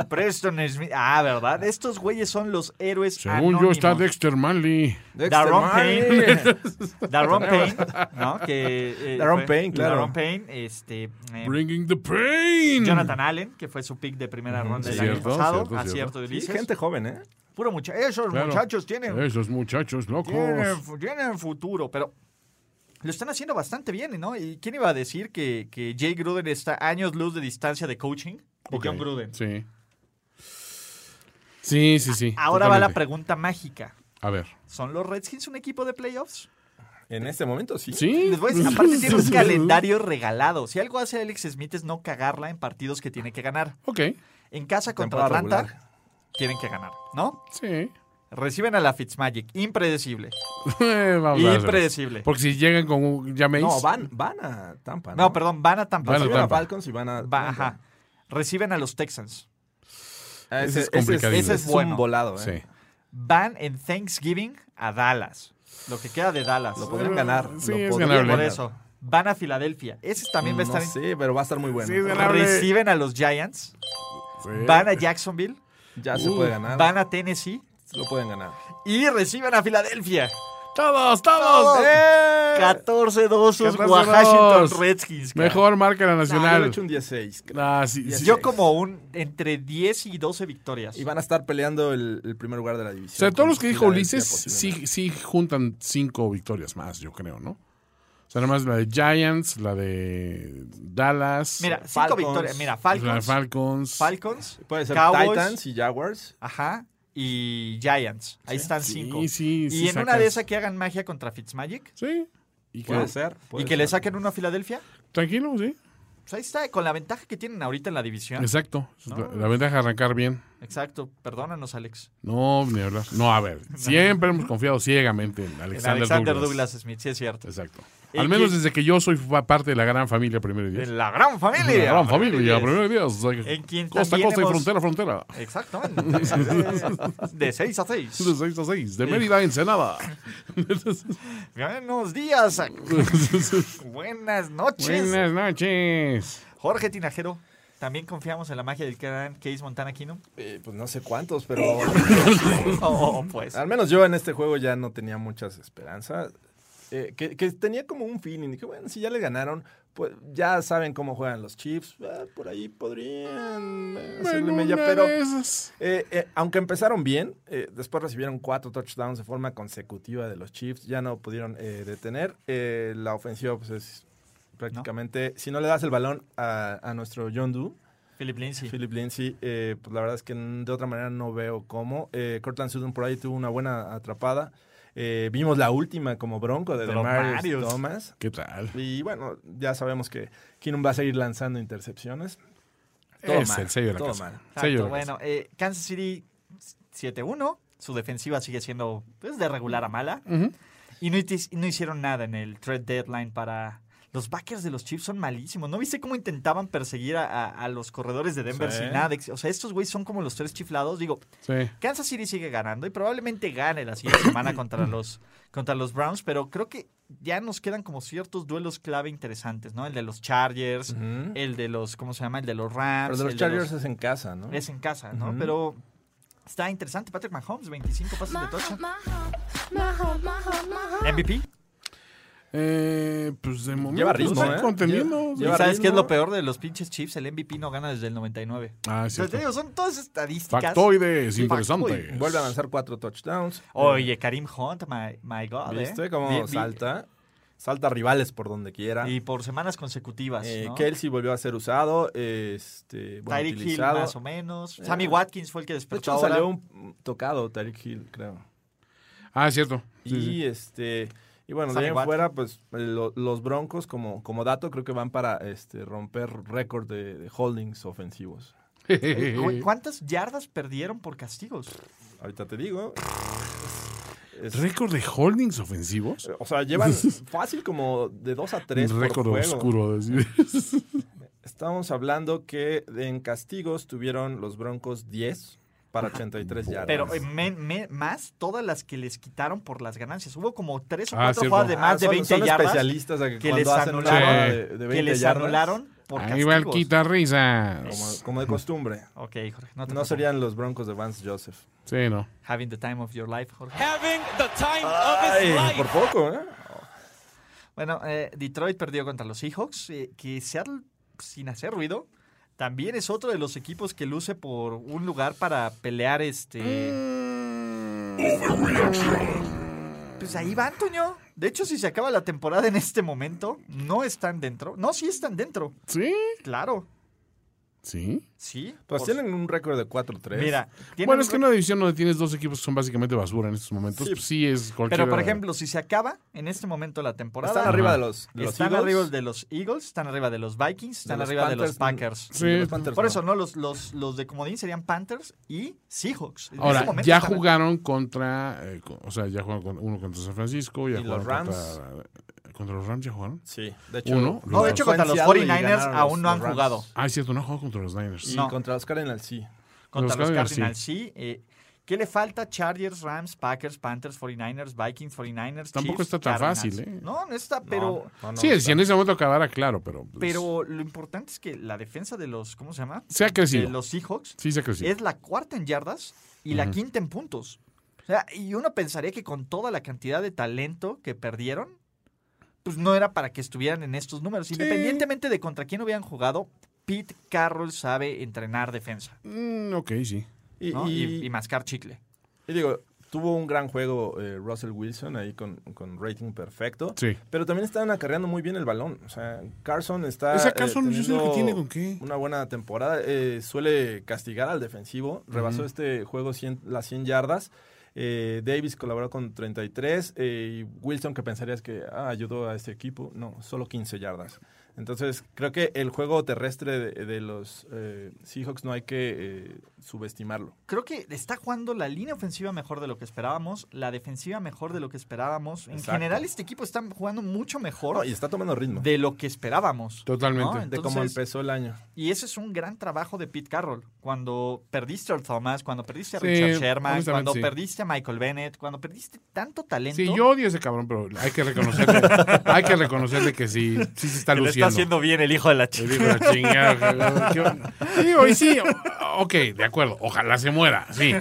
S2: Preston Smith. Ah, ¿verdad? Estos güeyes son los héroes
S4: Según yo está
S2: anónimos. Eh.
S4: Dexter Manley.
S2: Darron
S3: Marley.
S2: Darron Payne, ¿no? Que, eh,
S3: Darron
S2: fue-
S3: Payne, claro.
S2: Darron Payne, este, eh,
S4: Bringing the pain.
S2: Jonathan Allen, que fue su pick de primera ronda del año
S4: cierto,
S2: pasado.
S4: cierto,
S2: acierto, de
S3: Sí,
S2: Ulises.
S3: gente joven, ¿eh?
S2: Puro mucha Esos
S4: Claro.
S2: muchachos tienen,
S4: Esos muchachos locos.
S2: tienen, fu- tienen futuro, pero lo están haciendo bastante bien, ¿no? ¿Y quién iba a decir que, que Jay Gruden está años luz de distancia de coaching? De
S4: Ok.
S2: John Gruden.
S4: Sí. Sí, sí, sí.
S2: Ahora va la
S4: totalmente.
S2: pregunta mágica.
S4: A ver.
S2: ¿Son los Redskins un equipo de playoffs?
S3: En este momento sí.
S4: Sí.
S2: Les voy a decir, aparte tiene un calendario regalado. Si algo hace Alex Smith es no cagarla en partidos que tiene que ganar.
S4: Ok.
S2: En casa contra
S3: Temporada
S2: Atlanta
S3: regular.
S2: tienen que ganar, ¿no?
S4: Sí.
S2: Reciben a la Fitzmagic, impredecible.
S4: Vamos a ver.
S2: Impredecible.
S4: Porque si llegan con un Jameis.
S3: No, van, van a Tampa.
S2: No, perdón, van a Tampa.
S4: Van
S3: Van
S4: a
S3: a
S4: Tampa.
S3: Falcons y van a.
S2: Va- ajá. Reciben a los Texans.
S3: Ah,
S4: Ese es complicadísimo.
S3: Ese es
S2: Bueno.
S3: un volado, ¿eh?
S4: Sí.
S2: Van en Thanksgiving a Dallas. Lo que queda de Dallas.
S3: Lo podrían ganar.
S4: Sí,
S3: lo
S4: es
S3: podrían
S4: ganable.
S2: Por
S3: ganar.
S2: eso. Van a Filadelfia. Ese también va a
S3: No
S2: estar en...
S3: sé, pero va a estar muy bueno.
S4: Sí, es ganable.
S2: Reciben a los Giants.
S4: Sí.
S2: Van a Jacksonville.
S3: Ya Ah, se puede ganar.
S2: Van a Tennessee.
S3: Lo pueden ganar.
S2: Y reciben a Filadelfia.
S4: Todos,
S3: Oh.
S4: todos.
S2: Todos.
S4: ¡Eh!
S2: 14-2 sus
S4: 14-2.
S2: Washington Redskins. cara.
S4: Mejor marca la
S3: Ah, yo le
S4: nacional.
S3: echo un 16.
S4: Ah, sí,
S3: Y
S4: sí.
S2: Yo como un entre 10 y 12 victorias.
S3: Y van a estar peleando el, el primer lugar de la división.
S4: O sea, todos
S3: con
S4: los que dijo
S3: Filadelfia
S4: Ulises sí,
S3: posiblemente.
S4: sí juntan cinco victorias más, yo creo, ¿no? O sea, nada más la de Giants, la de Dallas,
S2: Mira, cinco
S3: Falcons.
S2: victorias. Mira,
S4: la de
S2: Falcons.
S4: Falcons.
S2: Falcons.
S3: Puede ser
S2: Cowboys,
S3: Titans y Jaguars.
S2: Ajá. Y Giants. Ahí están
S4: Sí,
S2: cinco.
S4: sí, sí
S2: y en una
S4: sacas.
S2: de esas que Pues. hagan magia contra Fitzmagic
S4: Sí. ¿Y qué?
S3: Puede ser. puede
S2: y que le
S3: ser.
S2: saquen uno a Filadelfia.
S4: Tranquilo, sí.
S2: Pues ahí está, con la ventaja que tienen ahorita en la división.
S4: Exacto. La, la ventaja de arrancar bien.
S2: Exacto. Perdónanos, Alex.
S4: No, ni hablar. No, a ver. Siempre hemos confiado ciegamente en
S2: En
S4: Alexander,
S2: Alexander,
S4: Douglas.
S2: Douglas. Smith, sí es cierto.
S4: Exacto.
S2: Eh,
S4: Al menos
S2: que-
S4: desde que yo soy fa- parte de la gran familia Primero y
S2: De
S4: Diez.
S2: la gran familia.
S4: la gran familia
S2: Así es.
S4: Primero y Diez. O sea,
S2: En quien
S4: costa,
S2: también
S4: costa y
S2: hemos-
S4: frontera, frontera.
S2: Exactamente. De 6 a 6.
S4: De 6 a 6. De Mérida a Ensenada.
S2: Buenos días. Buenas noches.
S4: Buenas noches.
S2: Jorge Tinajero. También confiamos en la magia del gran Case Montana Kino.
S3: Eh, pues no sé cuántos, pero
S2: Oh, pues.
S3: al menos yo en este juego ya no tenía muchas esperanzas. Eh, que, que tenía como un feeling. Dije, bueno, si ya le ganaron, pues ya saben cómo juegan los Chiefs. Ah, por ahí podrían eh, hacerle
S4: En
S3: mella,
S4: una
S3: pero...
S4: de esas.
S3: Eh, eh, aunque empezaron bien, eh, después recibieron cuatro touchdowns de forma consecutiva de los Chiefs, ya no pudieron eh, detener. Eh, la ofensiva, pues es prácticamente, si no le das el balón a, a nuestro John Doe,
S2: Philip Lindsay.
S3: Philip Lindsay, eh, pues la verdad es que n- de otra manera no veo cómo. Eh, Cortland Sutton por ahí tuvo una buena atrapada. Eh, vimos la última como bronco de
S2: De los
S3: Demarius
S2: Marius.
S3: Thomas.
S4: ¿Qué tal?
S3: Y bueno, ya sabemos que Keenum va a seguir lanzando intercepciones. Todo
S4: es
S3: mal,
S4: el sello de la
S3: todo
S4: casa.
S3: mal.
S2: Exacto,
S4: Sello de la
S2: bueno, eh, Kansas City 7-1. Su defensiva sigue siendo pues, de regular a mala. Y no, hitis- no hicieron nada en el trade deadline para... Los backers de los Chiefs son malísimos. ¿No viste cómo intentaban perseguir a, a- a los corredores de Denver
S3: Sí.
S2: sin nada? O sea, estos güeyes son como los tres chiflados. Digo,
S4: Sí.
S2: Kansas City sigue ganando y probablemente gane la siguiente semana contra los, contra los Browns, pero creo que ya nos quedan como ciertos duelos clave interesantes, ¿no? El de los Chargers,
S3: Ujú.
S2: el de los, ¿cómo se llama? El de los Rams.
S3: Pero de los
S2: el
S3: Chargers es en casa, ¿no?
S2: es en casa, ¿no?
S3: Ujú.
S2: Pero está interesante. Patrick Mahomes, 25 pases de touchdown. MVP.
S4: Eh, pues de momento
S3: Lleva ritmo,
S4: están
S3: ¿eh?
S4: conteniendo.
S3: Lleva-
S4: sí.
S2: ¿Y
S3: lleva-
S2: sabes qué es
S3: ritmo.
S2: lo peor de los pinches Chiefs? El MVP no gana desde el 99.
S4: Ah, es
S2: O sea, te
S4: cierto.
S2: digo, son todas estadísticas.
S4: Factoides
S2: Factoides.
S4: interesantes.
S3: Vuelve a lanzar cuatro touchdowns. Eh,
S2: Oye, Karim Hunt, my, my God, ¿eh?
S3: ¿Viste cómo
S2: Vi- vi-
S3: salta? Salta rivales por donde quiera.
S2: Y por semanas consecutivas,
S3: Eh,
S2: ¿no?
S3: Kelsey volvió a ser usado. Este, bueno,
S2: Tyreek Hill
S3: utilizado. Eh.
S2: más o menos. Sammy Watkins fue el que
S3: De
S2: despertó
S3: hecho,
S2: ahora.
S3: salió un tocado Tyreek Hill, creo.
S4: Ah, es cierto. Sí,
S3: y
S4: sí.
S3: este. Y bueno,
S2: Sammy
S3: de ahí en
S2: Watt.
S3: fuera, pues lo- los Broncos, como, como dato, creo que van para este, romper récord de, de holdings ofensivos.
S2: Oye, güey, ¿Cuántas yardas perdieron por castigos?
S3: Ahorita te digo. Es-
S4: Récord de holdings ofensivos.
S3: o sea, llevan fácil como de 2 a 3.
S4: Un récord oscuro. decir.
S3: Estábamos hablando que en castigos tuvieron los Broncos 10 para 83 yardas.
S2: Pero eh, me- me- más todas las que les quitaron por las ganancias. Hubo como tres o
S4: Ah,
S2: cuatro
S4: cierto.
S2: jugadas de más
S3: Ah,
S2: de
S3: son-
S2: 20
S3: son
S2: yardas
S3: especialistas de que,
S2: que
S3: cuando
S2: les
S3: hacen una
S4: anularon-
S3: jugada
S4: Sí.
S3: de, de 20
S2: que les
S3: yardas,
S2: anularon por
S4: Ahí va el
S2: castigos.
S4: quita
S3: Como,
S4: risas.
S3: como de costumbre.
S2: Ok, Jorge, no te
S3: No
S2: preocupes.
S3: serían los Broncos de Vance Joseph.
S4: Sí, no.
S2: Having the time of your life, Jorge.
S5: Having the time of his
S3: Ay,
S5: life.
S3: por poco, ¿eh?
S2: Bueno, eh, Detroit perdió contra los Seahawks, eh, que Seattle, sin hacer ruido, también es otro de los equipos que luce por un lugar para pelear este... Eh, Pues ahí van, Toño. De hecho, si se acaba la temporada en este momento, no están dentro. No, sí están dentro.
S4: ¿Sí?
S2: Claro,
S4: ¿Sí?
S2: sí.
S3: Pues
S2: Por-
S3: tienen un récord de 4-3.
S2: Mira, tienen-
S4: Bueno, es que en una división donde tienes dos equipos que son básicamente basura en estos momentos,
S3: Sí.
S4: pues sí es cualquier.
S2: Pero, por ejemplo, si se acaba en este momento la temporada...
S3: están arriba de los, de los
S2: están
S3: Eagles,
S2: arriba de los Eagles, están arriba de los Vikings, están
S3: los
S2: arriba de los
S3: Panthers, mm,
S2: Packers.
S3: y de los
S4: Sí.
S3: Panthers,
S2: Por
S3: ¿no?
S2: eso, no, los, los, los de Comodín serían Panthers y Seahawks. En ese
S4: Ahora,
S2: momento
S4: ya
S2: están-
S4: jugaron contra. eh, con- o sea, ya jugaron con, uno contra San Francisco, ya
S3: Y los
S4: jugaron Contra, eh, contra los Rams, ya jugaron.
S3: Sí, de hecho.
S4: Uno.
S2: No, de hecho, contra los
S3: Fue en Seattle y
S2: 49ers
S3: ganaron
S2: aún
S3: los-
S2: no han
S3: los Rams.
S2: jugado.
S4: Ah, es cierto, no jugó contra los Niners.
S3: Y
S2: No.
S3: contra los Cardinals, sí.
S2: Contra
S4: Los
S2: los
S4: Cardinals, sí.
S2: Cardinals, sí. Eh, ¿Qué le falta? Chargers, Rams, Packers, Panthers, 49ers, Vikings, 49ers.
S4: Tampoco
S2: Chiefs,
S4: está tan
S2: Cardinals.
S4: fácil, ¿eh? Pues
S2: No, no está, pero,
S3: No, no, no,
S4: sí,
S3: está-
S4: si en ese momento acabara, claro, pero. pues,
S2: pero lo importante es que la defensa de los, ¿cómo se llama?
S4: Se ha
S2: De
S4: crecido.
S2: los Seahawks
S4: Sí, se ha crecido.
S2: es la cuarta en yardas y la quinta en puntos. O sea, y uno pensaría que con toda la cantidad de talento que perdieron, pues no era para que estuvieran en estos números. Independientemente de contra quién hubieran jugado, Pete Carroll sabe entrenar defensa
S4: Mm, ok, sí.
S3: Y,
S2: ¿no?
S3: y-
S2: y, y mascar chicle.
S3: y digo, tuvo un gran juego eh, Russell Wilson ahí con, con rating perfecto.
S4: Sí.
S3: Pero también están acarreando muy bien el balón. O sea, Carson está. eh,
S4: Esa Carson, yo sé
S3: teniendo
S4: lo que tiene con qué.
S3: Una buena temporada. Eh, suele castigar al defensivo. Rebasó este juego 100 las 100 yardas. Eh, Davis colaboró con 33. eh, y Wilson, que pensarías que ah, ayudó a este equipo, no, solo 15 yardas. Entonces, creo que el juego terrestre de, de los eh, Seahawks no hay que eh, subestimarlo.
S2: Creo que está jugando la línea ofensiva mejor de lo que esperábamos, la defensiva mejor de lo que esperábamos. En
S3: Exacto.
S2: general, este equipo está jugando mucho
S3: No,
S2: mejor
S3: y está tomando ritmo.
S2: de lo que esperábamos.
S4: Totalmente.
S2: ¿no?
S3: de cómo
S2: Entonces,
S3: empezó el año.
S2: Y ese es un gran trabajo de Pete Carroll. Cuando perdiste a Thomas, cuando perdiste a
S4: Sí,
S2: Richard Sherman,
S4: honestamente,
S2: cuando
S4: sí.
S2: perdiste a Michael Bennett, cuando perdiste tanto talento.
S4: Sí, yo odio a ese cabrón, pero hay que reconocerle, hay que reconocerle que sí, sí se está
S2: Que lo está
S4: luciendo.
S2: haciendo bien el hijo de la
S4: Te
S2: chica.
S4: digo, la chingada, que- que- y digo, y sí, ok, de acuerdo, ojalá se muera, sí,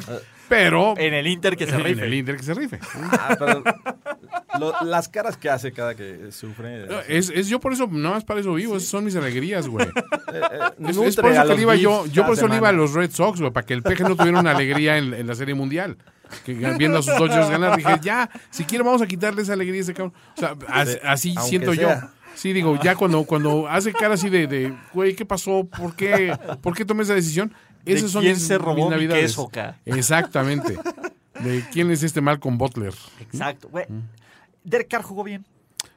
S4: pero
S2: En el Inter que Eh, se
S4: en el
S2: rife.
S4: Inter que se rife.
S3: Ah, pero lo- las caras que hace cada que sufre. eh,
S4: Es, es yo por eso, nada más para eso vivo, esas son mis alegrías, güey.
S3: eh,
S4: Es,
S3: nutre
S4: es por
S3: a
S4: eso que
S3: los
S4: le iba yo,
S3: Bills
S4: yo por
S3: cada
S4: eso le iba a
S3: semana.
S4: los Red Sox, güey, para que el peje no tuviera una alegría en, en la Serie Mundial. Que viendo a sus Dodgers ganar, dije, ya, si quiere vamos a quitarle esa alegría a ese cabrón. O sea, as- así
S3: aunque
S4: siento yo.
S3: sea.
S4: Sí, digo, ya cuando, cuando hace cara así de, de, güey, ¿qué pasó? ¿Por qué, ¿por qué tomé esa decisión?
S2: ¿De
S4: Esas son
S2: quién
S4: mis-
S2: se robó
S4: mis
S2: mi
S4: navidades.
S2: queso, ca?
S4: Exactamente. ¿De quién es este Malcolm Butler?
S2: Exacto. güey.
S4: Mm.
S2: Derek Carr jugó bien.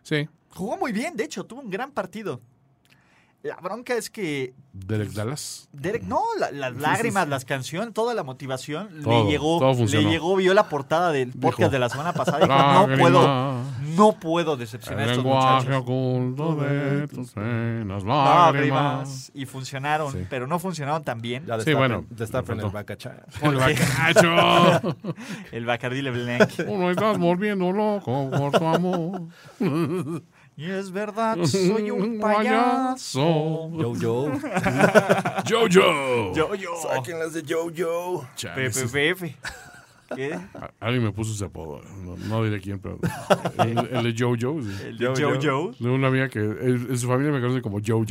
S4: Sí,
S2: Jugó muy bien, de hecho, tuvo un gran partido. La bronca es que
S4: Derek Dallas.
S2: Derek, no, la- las lágrimas, las canciones, toda la motivación
S4: Todo,
S2: le llegó,
S4: todo
S2: le
S4: funcionó.
S2: llegó, vio la portada del podcast
S4: Dijo,
S2: de la semana pasada y dijo, no
S4: "Lágrimas".
S2: puedo, no puedo decepcionar
S4: El
S2: a estos
S4: lenguaje
S2: muchachos.
S4: oculto de tus penas, lágrimas.
S2: Lágrimas. Y funcionaron,
S4: Sí.
S2: pero no funcionaron tan bien.
S3: Ya
S4: Sí,
S3: destapen-
S4: bueno,
S3: destapen
S4: me
S3: el
S4: faltó.
S3: Bacachá.
S4: El bacacho.
S2: El Bacardi Leblanc.
S4: Uno estás volviendo loco por tu amor.
S2: y es verdad,
S4: Mm,
S2: soy un payaso.
S3: Yo, yo.
S4: Jojo.
S2: Yo, yo.
S3: las de Yo, yo.
S4: Chales.
S2: PPPF. ¿Qué?
S4: A- Alguien me puso ese apodo. No, no diré quién, pero. El, el de Jojo. sí.
S2: El
S3: Yo, yo.
S2: Jojo.
S4: De una amiga que. el- en su familia me conoce como Jojo.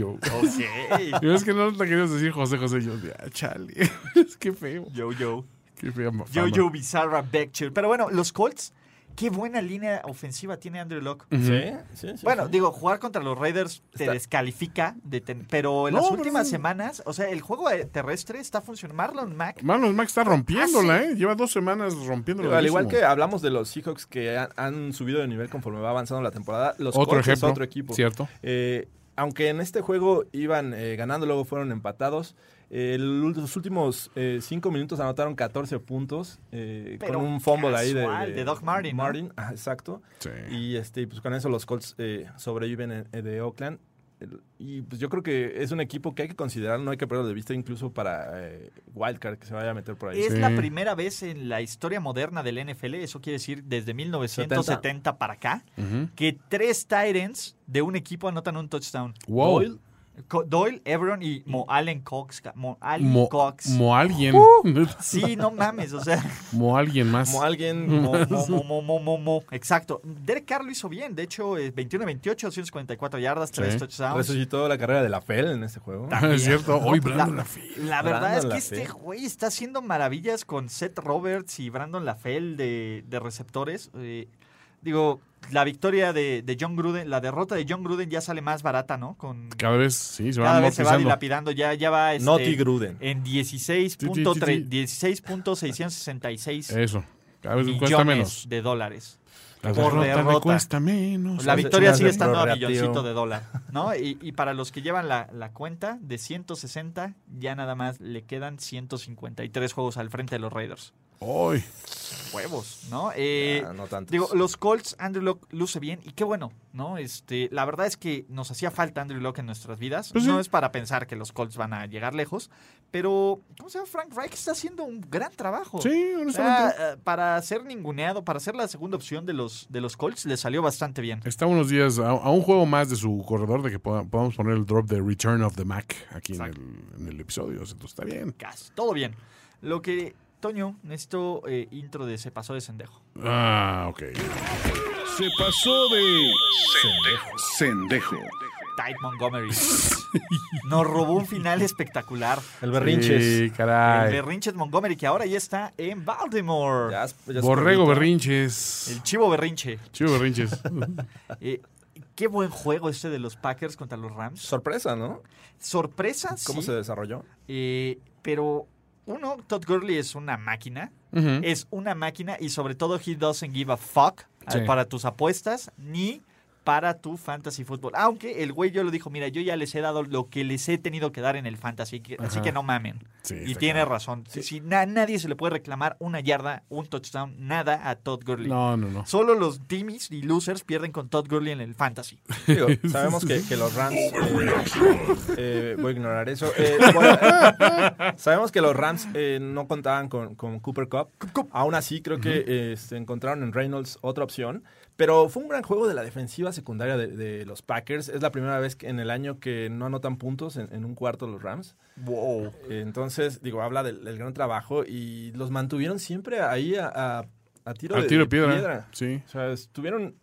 S2: Ok.
S4: Y es que no te querías decir José José. Yo, ah, chale. Es que feo.
S2: Yo, yo.
S4: Qué fea ma- fama.
S2: Jojo Bizarra Becture. Pero bueno, los Colts, qué buena línea ofensiva tiene Andrew Locke.
S3: Sí, sí, sí.
S2: Bueno,
S3: sí.
S2: digo, jugar contra los Raiders te
S3: Está-
S2: descalifica, de ten- pero en
S4: No,
S2: las
S4: pero
S2: últimas
S4: sí.
S2: semanas, o sea, el juego eh, terrestre está funcionando. Marlon Mack,
S4: Marlon Max está
S2: Ah,
S4: rompiéndola, ¿eh? Lleva dos semanas rompiéndola.
S3: Al igual que
S4: durísimo.
S3: hablamos de los Seahawks que han, han subido de nivel conforme va avanzando la temporada, los
S4: Otro
S3: Colts es
S4: ejemplo.
S3: otro equipo.
S4: Cierto.
S3: Eh, aunque en este juego iban eh, ganando, luego fueron empatados. eh, el- los últimos eh, cinco minutos anotaron 14 puntos eh,
S2: Pero
S3: con un fumble ahí de,
S2: casual, de Doug Martin, ¿no?
S3: Martin, ajá, exacto.
S4: Sí.
S3: Y este, pues con eso los Colts eh, sobreviven en- eh, de Oakland. El- Y pues yo creo que es un equipo que hay que considerar, no hay que perderlo de vista incluso para eh, Wildcard que se vaya a meter por ahí.
S2: Es
S4: Sí.
S2: la primera vez en la historia moderna del NFL, eso quiere decir desde 1970 para acá,
S4: Ujú.
S2: que tres Tyrants de un equipo anotan un touchdown.
S4: Wow.
S2: Doyle, Co- Doyle, Everon y Mo Allen Cox. ca- Mo Allen
S4: Mo,
S2: Cox.
S4: mo alguien.
S2: sí, no mames, o sea,
S4: Mo alguien más.
S3: Como alguien
S2: Uh. mo, mo, mo, mo, mo, mo, mo. exacto. Derek Carr lo hizo bien, de hecho, eh, 21-28, 254 yardas, tres
S4: Sí.
S2: touchdowns.
S3: resucitó la carrera de la FEL en este juego.
S2: Ah,
S4: es cierto. Hoy
S2: La,
S4: Brandon la,
S2: la verdad es
S3: Brandon
S2: que
S3: Lafell.
S2: este güey está haciendo maravillas con Seth Roberts y Brandon Lafell de, de receptores. Eh, digo, la victoria de, de John Gruden, la derrota de John Gruden ya sale más barata, ¿no? Con,
S4: Cada vez, sí, se
S2: cada
S4: van
S2: vez se va
S4: amortizando.
S2: dilapidando, ya, ya va este,
S3: Noti Gruden.
S2: en 16.3 16.666
S4: Eso. Cada vez Eh, pues, cuesta
S2: millones
S4: menos.
S2: de dólares.
S4: La
S2: por
S4: derrota me
S2: derrota.
S4: cuesta menos.
S2: Pues La
S3: hace-
S2: victoria
S3: se
S2: sigue
S3: hace
S2: estando a
S3: prorrateo.
S2: milloncito de dólar, ¿no? Y, y para los que llevan la, la cuenta de 160, ya nada más le quedan 153 juegos al frente de los Raiders.
S4: Hoy.
S2: Huevos, ¿no? Eh,
S3: Ah, no tantos.
S2: digo, los Colts, Andrew Locke luce bien y qué bueno, ¿no? Este, la verdad es que nos hacía falta Andrew Locke en nuestras vidas.
S4: Pues sí.
S2: no es para pensar que los Colts van a llegar lejos, pero, ¿cómo se llama? Frank Reich está haciendo un gran trabajo.
S4: Sí,
S2: O sea,
S4: honestamente.
S2: eh, para ser ninguneado, para ser la segunda opción de los, de los Colts, le salió bastante bien.
S4: Está unos días a, a un juego más de su corredor de que poda- podamos poner el drop de Return of the Mac aquí en el,
S2: Exacto.
S4: en el episodio. O sea, entonces está bien.
S2: Gas, todo bien. Lo que, Toño, necesito eh, intro de Se pasó de Sendejo.
S4: Ah, ok.
S1: Se pasó de Sendejo.
S2: Tide Montgomery. Nos robó un final espectacular.
S3: El berrinches.
S4: Sí,
S2: El
S4: caray.
S2: Berrinches Montgomery, que ahora ya está en Baltimore.
S3: Ya es- ya es
S4: Borrego
S3: corrito.
S4: Berrinches.
S2: El chivo berrinche.
S4: Chivo Berrinches.
S2: Eh, qué buen juego este de los Packers contra los Rams.
S3: Sorpresa, ¿no?
S2: Sorpresas,
S3: ¿Cómo se desarrolló?
S2: eh, pero uno, Todd Gurley es una máquina.
S4: Ujú.
S2: es una máquina y sobre todo he doesn't give a fuck
S4: Sí.
S2: eh, para tus apuestas ni para tu fantasy fútbol. Aunque el güey yo lo dijo, mira, yo ya les he dado lo que les he tenido que dar en el fantasy, que- así
S4: Ajá.
S2: que no mamen.
S4: Sí,
S2: y
S4: está
S2: tiene
S4: claro.
S2: razón. Si na- nadie se le puede reclamar una yarda, un touchdown, nada a Todd Gurley.
S4: No, no, no.
S2: Solo los Dimmies y losers pierden con Todd Gurley en el fantasy.
S3: Digo, sabemos que, que los Rams. eh, eh, voy a ignorar eso. Eh, bueno, eh, sabemos que los Rams eh, no contaban con, con Cooper Cup. Aún así, creo que eh, se encontraron en Reynolds otra opción. Pero fue un gran juego de la defensiva secundaria de, de los Packers. Es la primera vez que- en el año que no anotan puntos en, en un cuarto los Rams.
S2: Wow.
S3: Entonces, digo, habla del, del gran trabajo y los mantuvieron siempre ahí a, a- a tiro
S4: Al
S3: de
S4: tiro
S3: de
S4: de piedra. Sí.
S3: O sea, estuvieron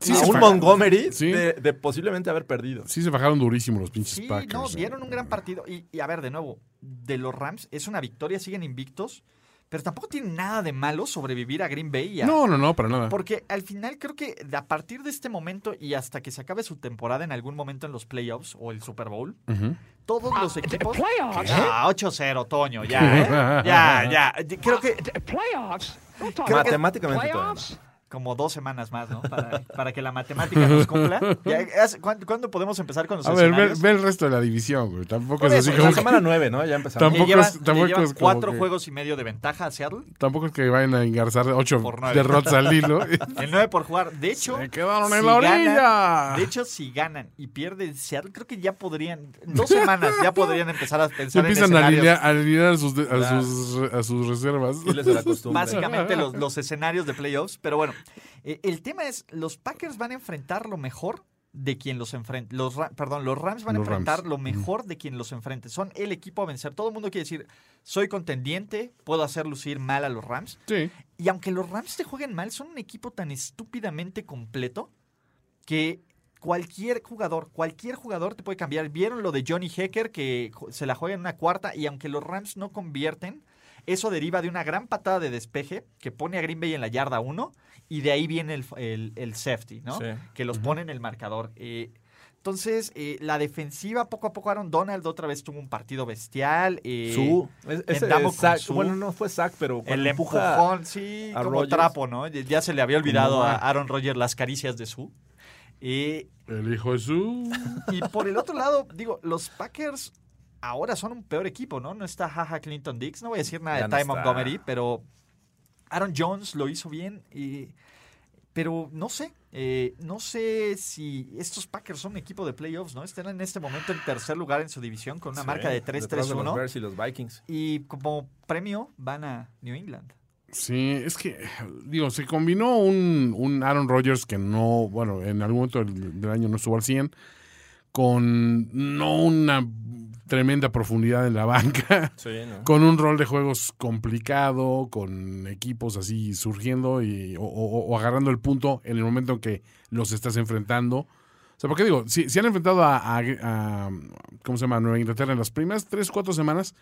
S4: Sí,
S3: a
S4: se
S3: un
S4: fajaron.
S3: Montgomery
S4: Sí.
S3: de, de posiblemente haber perdido.
S4: Sí, se bajaron durísimo los pinches
S2: Sí,
S4: Packers.
S2: no,
S4: eh.
S2: dieron un gran partido. Y, y a ver, de nuevo, de los Rams es una victoria, siguen invictos, pero tampoco tienen nada de malo sobrevivir a Green Bay. y a-
S4: No, no, no, para nada.
S2: Porque al final creo que de- a partir de este momento y hasta que se acabe su temporada en algún momento en los playoffs o el Super Bowl,
S4: Ujú.
S2: todos los equipos... Ah, 8-0, Toño, ya, ¿eh? ya, ya. Yo Creo que
S6: Playoffs? Don't talk about
S3: Matemáticamente todavía no.
S6: playoffs.
S2: como dos semanas más, ¿no? Para, para que la matemática nos cumpla. Ya, es- ¿cuándo, cuándo podemos empezar con los
S4: A ver, ve,
S2: escenarios? Eh,
S4: ve el resto de la división, güey. Tampoco
S2: Por
S4: es así
S2: eso,
S3: La
S4: como que-
S3: semana 9, ¿no? Ya empezamos.
S2: Le
S4: Tampoco
S2: llevan,
S4: es- tampoco
S2: le llevan
S4: es como
S2: cuatro
S4: que-
S2: juegos y medio de ventaja a Seattle.
S4: Tampoco es que vayan a engarzar ocho
S2: Por nueve.
S4: derrotas al hilo.
S2: El 9 por jugar. De hecho.
S4: Se quedaron en
S2: si
S4: la
S2: ganan-
S4: orilla.
S2: de hecho, si ganan y pierden Seattle, creo que ya podrían. en Dos semanas ya podrían empezar a
S4: Se
S2: pensar en
S4: empiezan a
S2: escenarios.
S4: alinear, a, alinear sus, de- a,
S3: Claro.
S4: sus, a sus reservas.
S3: Fieles a la costumbre.
S2: Básicamente los, los escenarios de playoffs. Pero bueno, eh, el tema es: los Packers van a enfrentar lo mejor de quien los enfrente. Los, Ra- perdón, los Rams van a
S4: Los
S2: enfrentar
S4: Rams.
S2: lo mejor de quien los enfrente. Son el equipo a vencer. Todo el mundo quiere decir: soy contendiente, puedo hacer lucir mal a los Rams.
S4: Sí.
S2: Y aunque los Rams te jueguen mal, son un equipo tan estúpidamente completo que cualquier jugador, cualquier jugador te puede cambiar. Vieron lo de Johnny Hecker que ju- se la juega en una cuarta y aunque los Rams no convierten, eso deriva de una gran patada de despeje que pone a Green Bay en la yarda 1 y de ahí viene el, el- el safety, ¿no?
S3: Sí.
S2: Que los pone en el marcador. Eh, entonces, eh, la defensiva poco a poco Aaron Donald otra vez tuvo un partido bestial. eh,
S3: Su. Es- ese
S2: Endamo con
S3: sack-
S2: su.
S3: Bueno, no fue sack, pero cuando
S2: el
S3: empuja-
S2: empujón, sí,
S3: a
S2: como
S3: Rodgers.
S2: trapo, ¿no? Ya- Ya se le había olvidado
S3: Como
S2: a
S3: va.
S2: Aaron Rodgers las caricias de su. Y,
S4: El hijo de su.
S2: y por el otro lado, digo, los Packers ahora son un peor equipo, ¿no? No está Jaja Clinton Dix, no voy a decir nada
S3: Ya
S2: de
S3: no
S2: Ty
S3: está.
S2: Montgomery, pero Aaron Jones lo hizo bien, y, pero no sé. Eh, no sé si estos Packers son un equipo de playoffs, ¿no? Están en este momento en tercer lugar en su división con una marca de
S3: Detrás de los
S2: 3-3-1.
S3: Bears y los Vikings.
S2: Y como premio van a New England.
S4: Sí, es que, digo, se combinó un, un Aaron Rodgers que no, bueno, en algún momento del, del año no estuvo al 100, con no una tremenda profundidad en la banca,
S3: Sí, ¿no?
S4: con un rol de juegos complicado, con equipos así surgiendo y, o, o- o agarrando el punto en el momento en que los estás enfrentando. O sea, porque digo, si, si han enfrentado a, a- a- ¿cómo se llama?, Nueva Inglaterra en las primeras tres, cuatro semanas,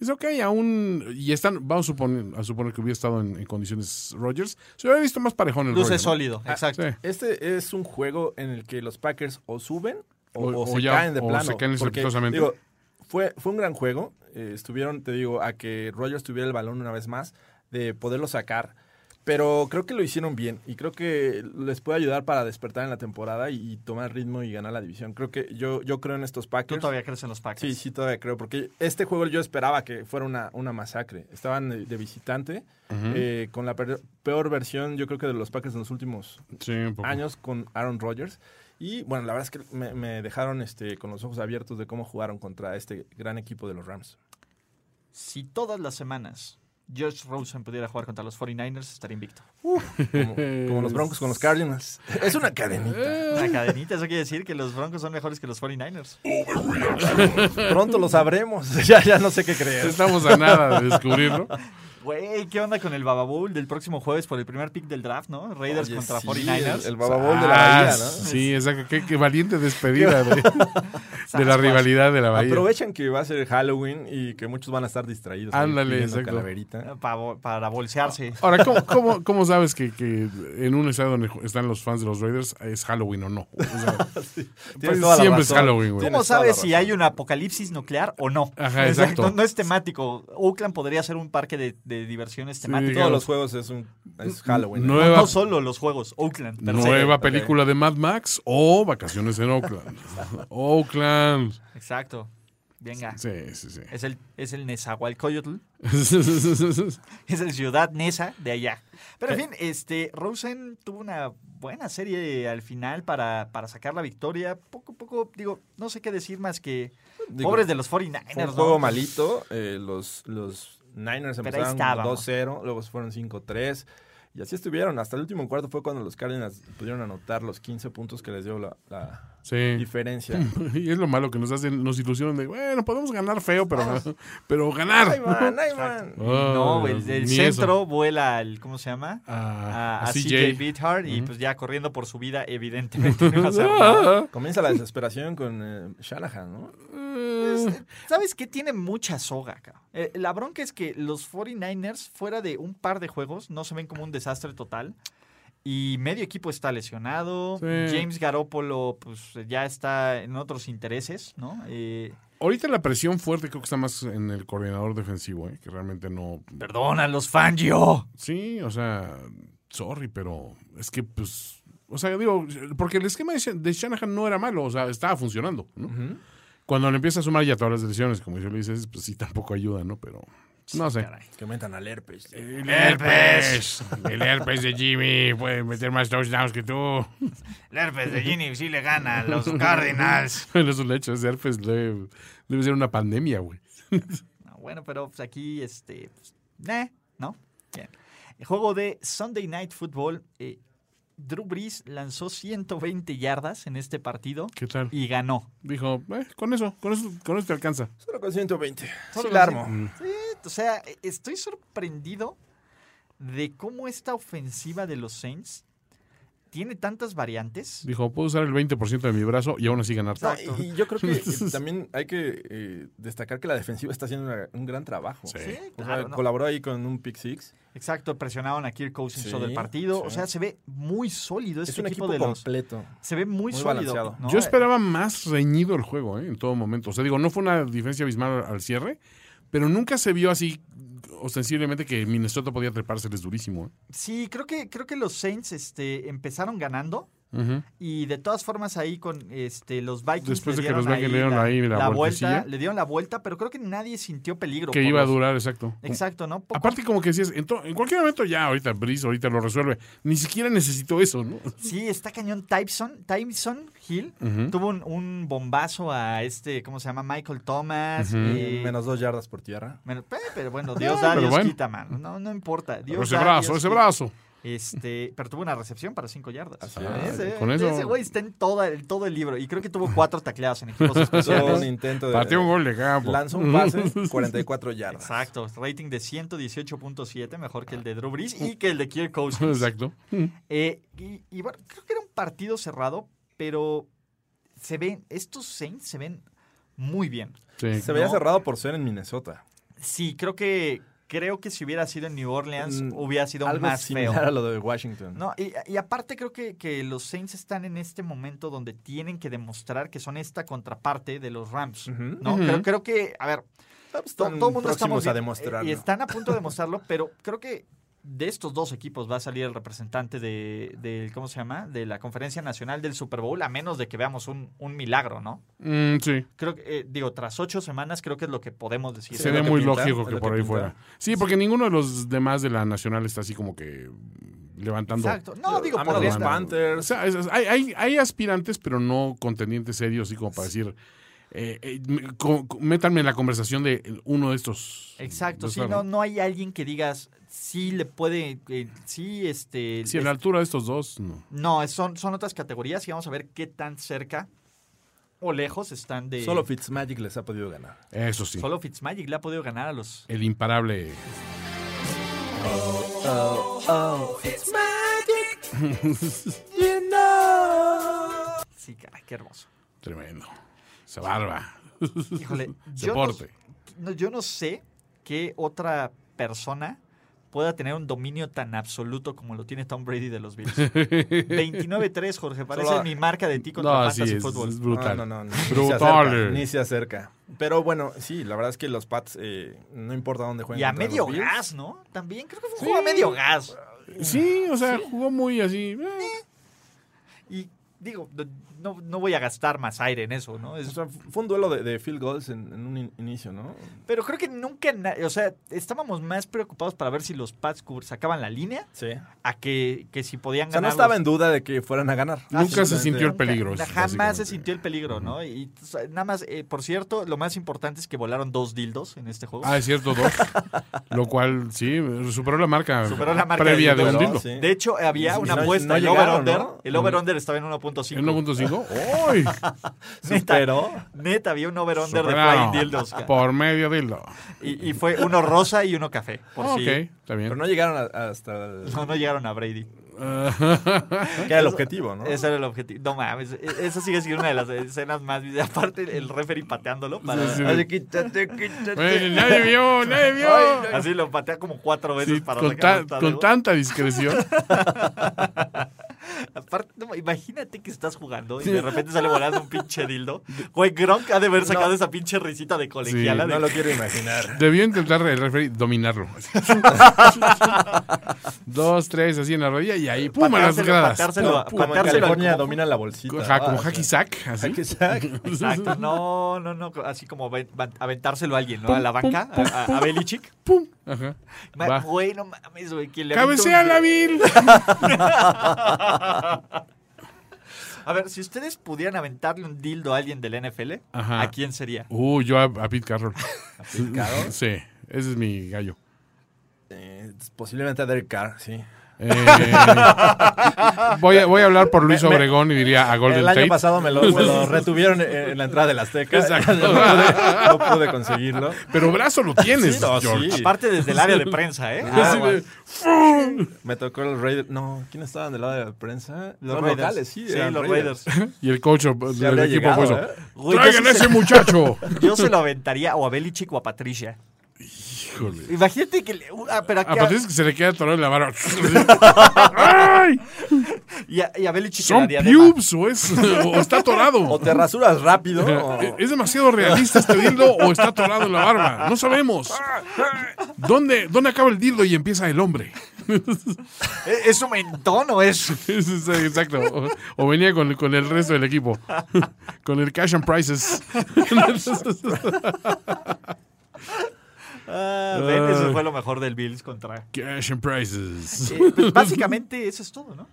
S4: dice, ok, aún, y están, vamos a suponer, a suponer que hubiera estado en, en condiciones Rogers, se hubiera visto más parejón el
S2: Luce
S4: Rodgers, ¿no?
S2: sólido, exacto.
S4: Sí.
S3: Este es un juego en el que los Packers o suben o,
S4: O-
S3: o
S4: o
S3: se
S4: ya,
S3: caen de
S4: o
S3: plano.
S4: se caen
S3: porque,
S4: estrepitosamente.
S3: digo, fue, fue un gran juego. Eh, estuvieron, te digo, a que Rogers tuviera el balón una vez más, de poderlo sacar. Pero creo que lo hicieron bien y creo que les puede ayudar para despertar en la temporada y, y tomar ritmo y ganar la división. Creo que yo, yo creo en estos
S2: Tú
S3: Packers.
S2: todavía crees en los Packers.
S3: Sí, sí, todavía creo, porque este juego yo esperaba que fuera una, una masacre. Estaban de, de visitante, eh, con la per- peor versión, yo creo que de los Packers en los últimos
S4: Sí, un poco.
S3: años con Aaron Rodgers. Y bueno, la verdad es que me, me dejaron este, con los ojos abiertos de cómo jugaron contra este gran equipo de los Rams.
S2: Si todas las semanas Josh Rosen pudiera jugar contra los 49ers, estaría invicto.
S3: Como, como los Broncos con los Cardinals. Es una cadenita.
S2: Una cadenita, eso quiere decir que los Broncos son mejores que los 49ers.
S3: Pronto lo sabremos. ya, ya no sé qué creer.
S4: Estamos a nada de descubrirlo.
S2: Güey, ¿qué onda con el Baba Bowl del próximo jueves por el primer pick del draft, no? Raiders
S3: Oye,
S2: contra
S3: sí,
S2: 49ers.
S3: El, el Baba Bowl de la
S4: Ah,
S3: Bahía, ¿no?
S4: Sí, exacto. Qué, qué valiente despedida de, de la rivalidad de la Bahía.
S3: Aprovechan que va a ser Halloween y que muchos van a estar distraídos. ahí
S4: Ándale,
S3: pidiendo
S4: exacto.
S3: Calaverita.
S2: Para, bo- Eh, para bolsearse.
S3: Ah,
S4: Ahora, ¿cómo, cómo, cómo sabes que, que en un estado donde están los fans de los Raiders es Halloween o no? O sea,
S3: Tienes
S4: pues
S3: toda la
S4: siempre es
S3: razón.
S4: Halloween, güey.
S3: Tienes
S2: ¿Cómo
S3: toda la
S2: sabes si
S3: razón.
S2: hay un apocalipsis nuclear o no?
S4: Ajá,
S2: O sea,
S4: exacto.
S2: No, no es temático. Oakland podría ser un parque de, de diversiones temáticas.
S4: digamos.
S3: Todos los juegos es, un, es Halloween.
S2: No,
S4: Nueva-
S2: no solo los juegos, Oakland. per se.
S4: Nueva
S3: ok.
S4: película de Mad Max o Vacaciones en Oakland. Oakland.
S2: Exacto. Venga.
S4: Sí, sí, sí.
S2: Es el, es el Nezahualcóyotl. Es el ciudad Nesa de allá. Pero en fin, este, Rosen tuvo una buena serie al final para, para sacar la victoria. Poco a poco, digo, no sé qué decir más que
S3: Digo,
S2: pobres de los 49ers.
S3: Fue un
S2: ¿no?
S3: juego malito. eh, los, los Niners
S2: Pero ahí
S3: empezaron
S2: estábamos.
S3: 2-0, luego se fueron 5-3. Y así estuvieron. Hasta el último cuarto fue cuando los Cardinals pudieron anotar los 15 puntos que les dio la, la
S4: Sí.
S3: diferencia.
S4: Y es lo malo que nos hacen, nos ilusionan de, bueno, podemos ganar feo, pero, pero ganar.
S3: ¡Ay, man! ¡Ay, man!
S2: No,
S4: Ah,
S2: güey, el,
S4: ni eso.
S2: centro vuela al, ¿cómo se llama?
S4: Ah,
S2: A,
S4: a
S2: a
S4: CJ.
S2: CJ Beathard y pues ya corriendo por su vida, evidentemente no iba a hacer nada.
S3: Comienza la desesperación con eh, Shanahan, ¿no?
S2: ¿Sabes qué? Tiene mucha soga, cabrón. Eh, la bronca es que los 49ers, fuera de un par de juegos, no se ven como un desastre total. Y medio equipo está lesionado.
S4: Sí.
S2: James Garoppolo, pues ya está en otros intereses, ¿no? Eh,
S4: Ahorita la presión fuerte creo que está más en el coordinador defensivo, ¿eh? que realmente no,
S2: perdona, los Fangio.
S4: Sí, o sea, sorry, pero es que, pues, o sea, digo, porque el esquema de Shan- de Shanahan no era malo, o sea, estaba funcionando, ¿no? Cuando le empieza a sumar ya todas las lesiones, como yo le dices, pues sí, tampoco ayuda, ¿no? Pero, no sé.
S2: caray.
S3: Que aumentan al herpes.
S4: El herpes, el herpes de Jimmy puede meter más touchdowns que tú.
S2: El herpes de Ginny sí le gana a los Cardinals.
S4: Bueno, es un hecho, ese herpes debe, debe ser una pandemia, güey.
S2: No, bueno, pero pues, aquí, este, pues, nah, ¿no? Bien. El juego de Sunday Night Football. eh, Drew Brees lanzó 120 yardas en este partido
S4: ¿Qué tal?
S2: y ganó.
S4: Dijo, eh, con eso, con eso, con eso te alcanza.
S3: Solo con 120.
S2: Solo
S3: Sí,
S2: con
S3: la armo.
S2: Sí, o sea, e- estoy sorprendido de cómo esta ofensiva de los Saints tiene tantas variantes.
S4: Dijo, puedo usar el 20% de mi brazo y aún así ganar.
S3: No, y- y yo creo que eh, también hay que eh, destacar que la defensiva está haciendo una- un gran trabajo.
S4: Sí.
S2: Sí,
S3: O sea,
S2: claro, no.
S3: colaboró ahí con un pick six.
S2: Exacto, presionaron a Kirk Cousins
S3: Sí,
S2: todo el partido. O
S3: sí.
S2: sea, se ve muy sólido
S3: Es
S2: este
S3: un
S2: equipo,
S3: equipo
S2: de los.
S3: completo.
S2: Se ve muy,
S3: muy
S2: sólido.
S3: balanceado.
S2: ¿no?
S4: Yo esperaba más reñido el juego, ¿eh? En todo momento. O sea, digo, no fue una diferencia abismal al cierre, pero nunca se vio así ostensiblemente que Minnesota podía trepárseles durísimo. ¿eh?
S2: Sí, creo que, creo que los Saints este, empezaron ganando. Y de todas formas ahí con este, los Vikings
S4: Después
S2: le
S4: de que los
S2: dieron
S4: Vikings le dieron ahí la
S2: vuelta,
S4: vueltecilla.
S2: le dieron la vuelta, pero creo que nadie sintió peligro.
S4: Que
S2: por
S4: iba a
S2: los-
S4: durar, exacto.
S2: Exacto, ¿no? Poco-
S4: Aparte, como que decías, en, to- en cualquier momento ya, ahorita Brice, ahorita lo resuelve. Ni siquiera necesito eso, ¿no?
S2: Sí, está cañón. Tyson, Tyson Hill
S4: Ujú.
S2: tuvo un, un bombazo a este, ¿cómo se llama? Michael Thomas. eh,
S3: Menos dos yardas por tierra.
S2: menos- eh, pero bueno, Dios
S4: Ah,
S2: da,
S4: pero
S2: Dios
S4: bueno.
S2: quita, mano. No, no importa. Dios
S4: ese
S2: da,
S4: brazo,
S2: Dios
S4: ese
S2: quita.
S4: brazo.
S2: Este, pero tuvo una recepción para cinco yardas.
S4: es. eh,
S2: Ese-
S4: Con eso-
S2: Ese güey está en toda, en todo el libro. Y creo que tuvo cuatro tacleados en equipos
S3: Hizo un
S2: especiales.
S3: intento de.
S4: Partió un gol de campo.
S3: Lanzó un pase, 44 yardas.
S2: Exacto, rating de 118.7, mejor que el de Drew Brees y que el de Kirk Cousins.
S4: Exacto.
S2: Eh, y, y bueno, creo que era un partido cerrado, pero se ven, estos Saints se ven muy bien.
S4: Sí.
S3: Se veía
S2: No.
S3: cerrado por ser en Minnesota.
S2: Sí, creo que creo que si hubiera sido en New Orleans
S3: Mm,
S2: hubiera sido
S3: Algo
S2: más feo.
S3: similar a lo de Washington.
S2: No, y, y aparte creo que, que los Saints están en este momento donde tienen que demostrar que son esta contraparte de los Rams.
S3: Ujú.
S2: ¿no?
S4: Ujú.
S2: Creo, creo que, a ver, to- pues, todo el mundo estamos
S3: próximos a
S2: vi-
S3: demostrarlo.
S2: Y están a punto de demostrarlo, pero creo que de estos dos equipos va a salir el representante de, del- ¿cómo se llama? De la Conferencia Nacional del Super Bowl, a menos de que veamos un, un milagro, ¿no?
S4: Mm, sí.
S2: Creo que, eh, digo, tras ocho semanas creo que es lo que podemos decir.
S4: Se
S3: es
S4: ve
S3: lo que
S4: muy
S3: pinta,
S4: lógico
S3: es
S4: que
S3: lo
S4: por
S3: que
S4: ahí
S3: pinta.
S4: fuera. Sí, porque ninguno de los demás de la nacional está así como que mm, levantando.
S2: Exacto. No, digo,
S3: A menos
S2: podrían-
S3: los
S4: O
S3: Panthers.
S4: sea, es- es- hay, hay- hay aspirantes, pero no contendientes serios, y como para decir, eh, eh, me- co- co- métanme en la conversación de uno de estos.
S2: Exacto,
S4: de
S2: sí,
S4: esta-
S2: no, no hay alguien que digas, sí le puede, eh, sí, este...
S4: Si en la
S2: es-
S4: altura de estos dos, no.
S2: no, son, son otras categorías y vamos a ver qué tan cerca o lejos están de...
S3: Solo Fitzmagic les ha podido ganar.
S4: Eso sí.
S2: Solo Fitzmagic le ha podido ganar a los...
S4: El imparable.
S2: Sí, caray, qué hermoso.
S4: Tremendo. Se barba.
S2: Híjole,
S4: Se
S2: yo no-
S4: porte.
S2: no, yo no sé qué otra persona pueda tener un dominio tan absoluto como lo tiene Tom Brady de los Bills. 29-3, Jorge, parece
S3: Solo-
S2: mi marca de ti contra
S4: No, así
S2: Fantasy
S4: es,
S2: Football.
S4: es brutal.
S3: No, no, no, ni se
S4: Brutal.
S3: acerca, Ni se acerca. Pero bueno, sí, la verdad es que los Pats, eh, no importa dónde jueguen.
S2: Y a
S3: contra los
S2: medio
S3: Bills,
S2: gas, ¿no? También creo que fue un
S4: Sí.
S2: juego a medio gas.
S4: Sí, o sea, jugó muy así. eh.
S2: Y digo, no- no, no voy a gastar más aire en eso, ¿no?
S3: o
S2: Es-
S3: sea, fue un duelo de, de field goals en, en un in- inicio, ¿no?
S2: pero creo que nunca, na- o sea, estábamos más preocupados para ver si los Pats cub- sacaban la línea
S3: Sí.
S2: a que, que si podían
S3: O sea, no
S2: ganar.
S3: estaba
S2: los-
S3: en duda de que fueran a ganar.
S4: Nunca se
S3: Absolutamente.
S4: sintió el-
S2: Nunca,
S4: peligro,
S2: na-
S4: es
S2: jamás se
S4: básicamente.
S2: sintió el peligro, ¿no? Y o sea, nada más, eh, por cierto, lo más importante es que volaron dos dildos en este juego.
S4: Ah, es cierto, dos. lo cual, sí, superó la marca,
S2: Superó la marca
S4: previa
S2: de
S4: de un
S3: dildo,
S4: dildo.
S3: sí.
S2: De hecho, había
S3: Y
S2: una
S3: no-
S2: apuesta,
S3: no
S2: el
S3: llegaron,
S2: over-under,
S3: ¿no?
S2: el over-under estaba en 1.5.
S4: ¿En 1.5? ¡Uy!
S2: Neta,
S3: Superó.
S2: neta, había un over-under de
S4: Superaron
S2: flying dildos. ca-
S4: por medio dildo.
S2: Y, y fue uno rosa y uno café, por
S4: Ah,
S2: si...
S4: Ok, está bien.
S3: Pero no llegaron a- hasta el...
S2: No, no llegaron a Brady.
S3: que era el objetivo, ¿no?
S2: Ese era el objetivo. No mames, e- esa sigue siendo una de las escenas más... Aparte, el referee pateándolo para...
S4: Sí, sí.
S2: Así, quítate,
S4: Güey,
S2: quítate.
S4: nadie vio, nadie vio.
S2: Así lo patea como cuatro veces
S4: Sí,
S2: para
S4: con,
S2: sacar
S4: ta-
S2: hasta
S4: con
S2: de-
S4: tanta discreción.
S2: Aparte, no, imagínate que estás jugando y de repente sale volando un pinche dildo. Güey, Gronk ha de haber sacado esa pinche risita de colegiala.
S4: Sí,
S2: de-
S3: No lo quiero imaginar.
S4: Debió intentar el referee dominarlo. Dos, tres, así en la rodilla y ahí, pum, a las
S2: Pateárselo,
S4: gradas.
S2: pateárselo,
S4: Pum, pum.
S3: Como en
S2: Pateárselo al
S3: California
S2: coco.
S3: domina la bolsita.
S4: Ajá, como
S3: Ah,
S4: hacky
S3: sí.
S4: sack, así.
S3: Hacky sack.
S2: Exacto, no, no, no. Así como ven- van- aventárselo a alguien, ¿no?
S4: Pum,
S2: A la
S4: pum,
S2: banca,
S4: pum,
S2: a, a-
S4: pum.
S2: a Belichick.
S4: Pum. Ajá.
S2: Ma-
S4: Va.
S2: Güey, no mames, güey. quien le avienta un-
S4: ¡Cabecea la vil!
S2: A ver, si ustedes pudieran aventarle un dildo a alguien del NFL,
S4: Ajá.
S2: ¿a quién sería?
S4: Uh, yo a, a Pete Carroll.
S3: Carroll?
S4: Sí, ese es mi gallo.
S3: Eh, posiblemente a Derek Carr, sí.
S4: Eh, voy, a, voy a hablar por Luis Obregón y diría a Golden
S3: el año
S4: Tate.
S3: pasado me lo, me lo retuvieron en, en la entrada de las Azteca.
S4: Exacto.
S3: No pude, no pude conseguirlo.
S4: Pero brazo lo tienes,
S3: Sí, no, sí.
S4: George.
S2: Aparte desde el área de prensa, ¿eh?
S3: Ah,
S4: Así de,
S3: bueno. Me tocó los Raiders. No, ¿quién estaban del lado de la prensa?
S2: Los
S3: Raiders.
S2: Raiders.
S3: locales, sí.
S2: Sí,
S3: eran
S2: los Raiders.
S4: Y el coach del
S3: Ya habría
S4: equipo
S3: llegado,
S4: fue eso.
S3: ¿eh?
S2: Güey,
S4: ¡Traigan
S2: yo
S4: a
S2: sí
S4: ese muchacho!
S2: Yo se lo aventaría o a Belichick o a Patricia.
S4: Híjole.
S2: Imagínate que le. ah, pero
S4: A
S2: aquí-
S4: partir de que se le queda atorado en la barba. ¡Ay!
S2: Y a, y a Belichick
S4: ¿Son
S2: la diadema.
S4: pubes o, es, o está atorado?
S7: O te rasuras rápido. o-
S2: ¿E-,
S4: Eh, ¿Es demasiado realista este dildo o está atorado en la barba? No sabemos. ¿Dónde, dónde acaba el dildo y empieza el hombre?
S2: ¿Es es su mentón o es
S4: Eso es, eh, Exacto. O, o venía con, con el resto del equipo. Con el cash and prizes.
S2: Ah, ven, eso fue lo mejor del Bills contra.
S4: cash and prizes.
S2: Eh, pues, básicamente eso es todo, ¿no?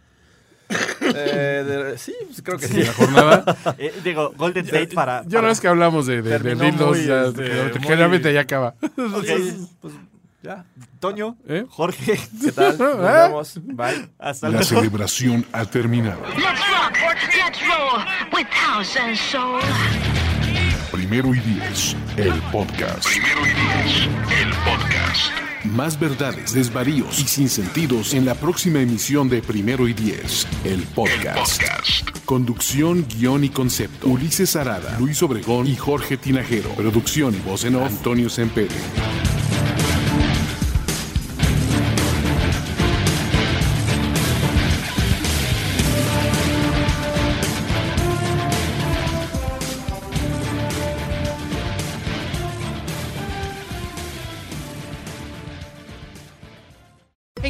S3: Eh, de- sí, pues, creo que sí.
S4: La jornada.
S2: Eh, digo, Golden State para.
S4: Ya una vez que hablamos de, de, de
S3: Terminó
S4: dildos,
S3: muy,
S4: ya,
S3: este,
S4: generalmente-
S3: muy-
S4: generalmente ya acaba.
S2: para- Ok,
S3: Pues, Ya,
S2: Toño,
S4: ¿Eh?
S2: Jorge,
S3: ¿qué tal? Nos
S4: ¿Eh?
S3: vemos. Bye.
S2: hasta
S1: La
S2: luego.
S1: celebración ha terminado.
S8: Let's rock, let's roll with house and soul.
S1: Primero y diez, el podcast. Primero y diez, el podcast. Más verdades, desvaríos y sinsentidos en la próxima emisión de Primero y diez, el podcast. Conducción, guión y concepto. Ulises Arada, Luis Obregón y Jorge Tinajero. Producción y voz en off, Antonio Sempere.
S9: Hey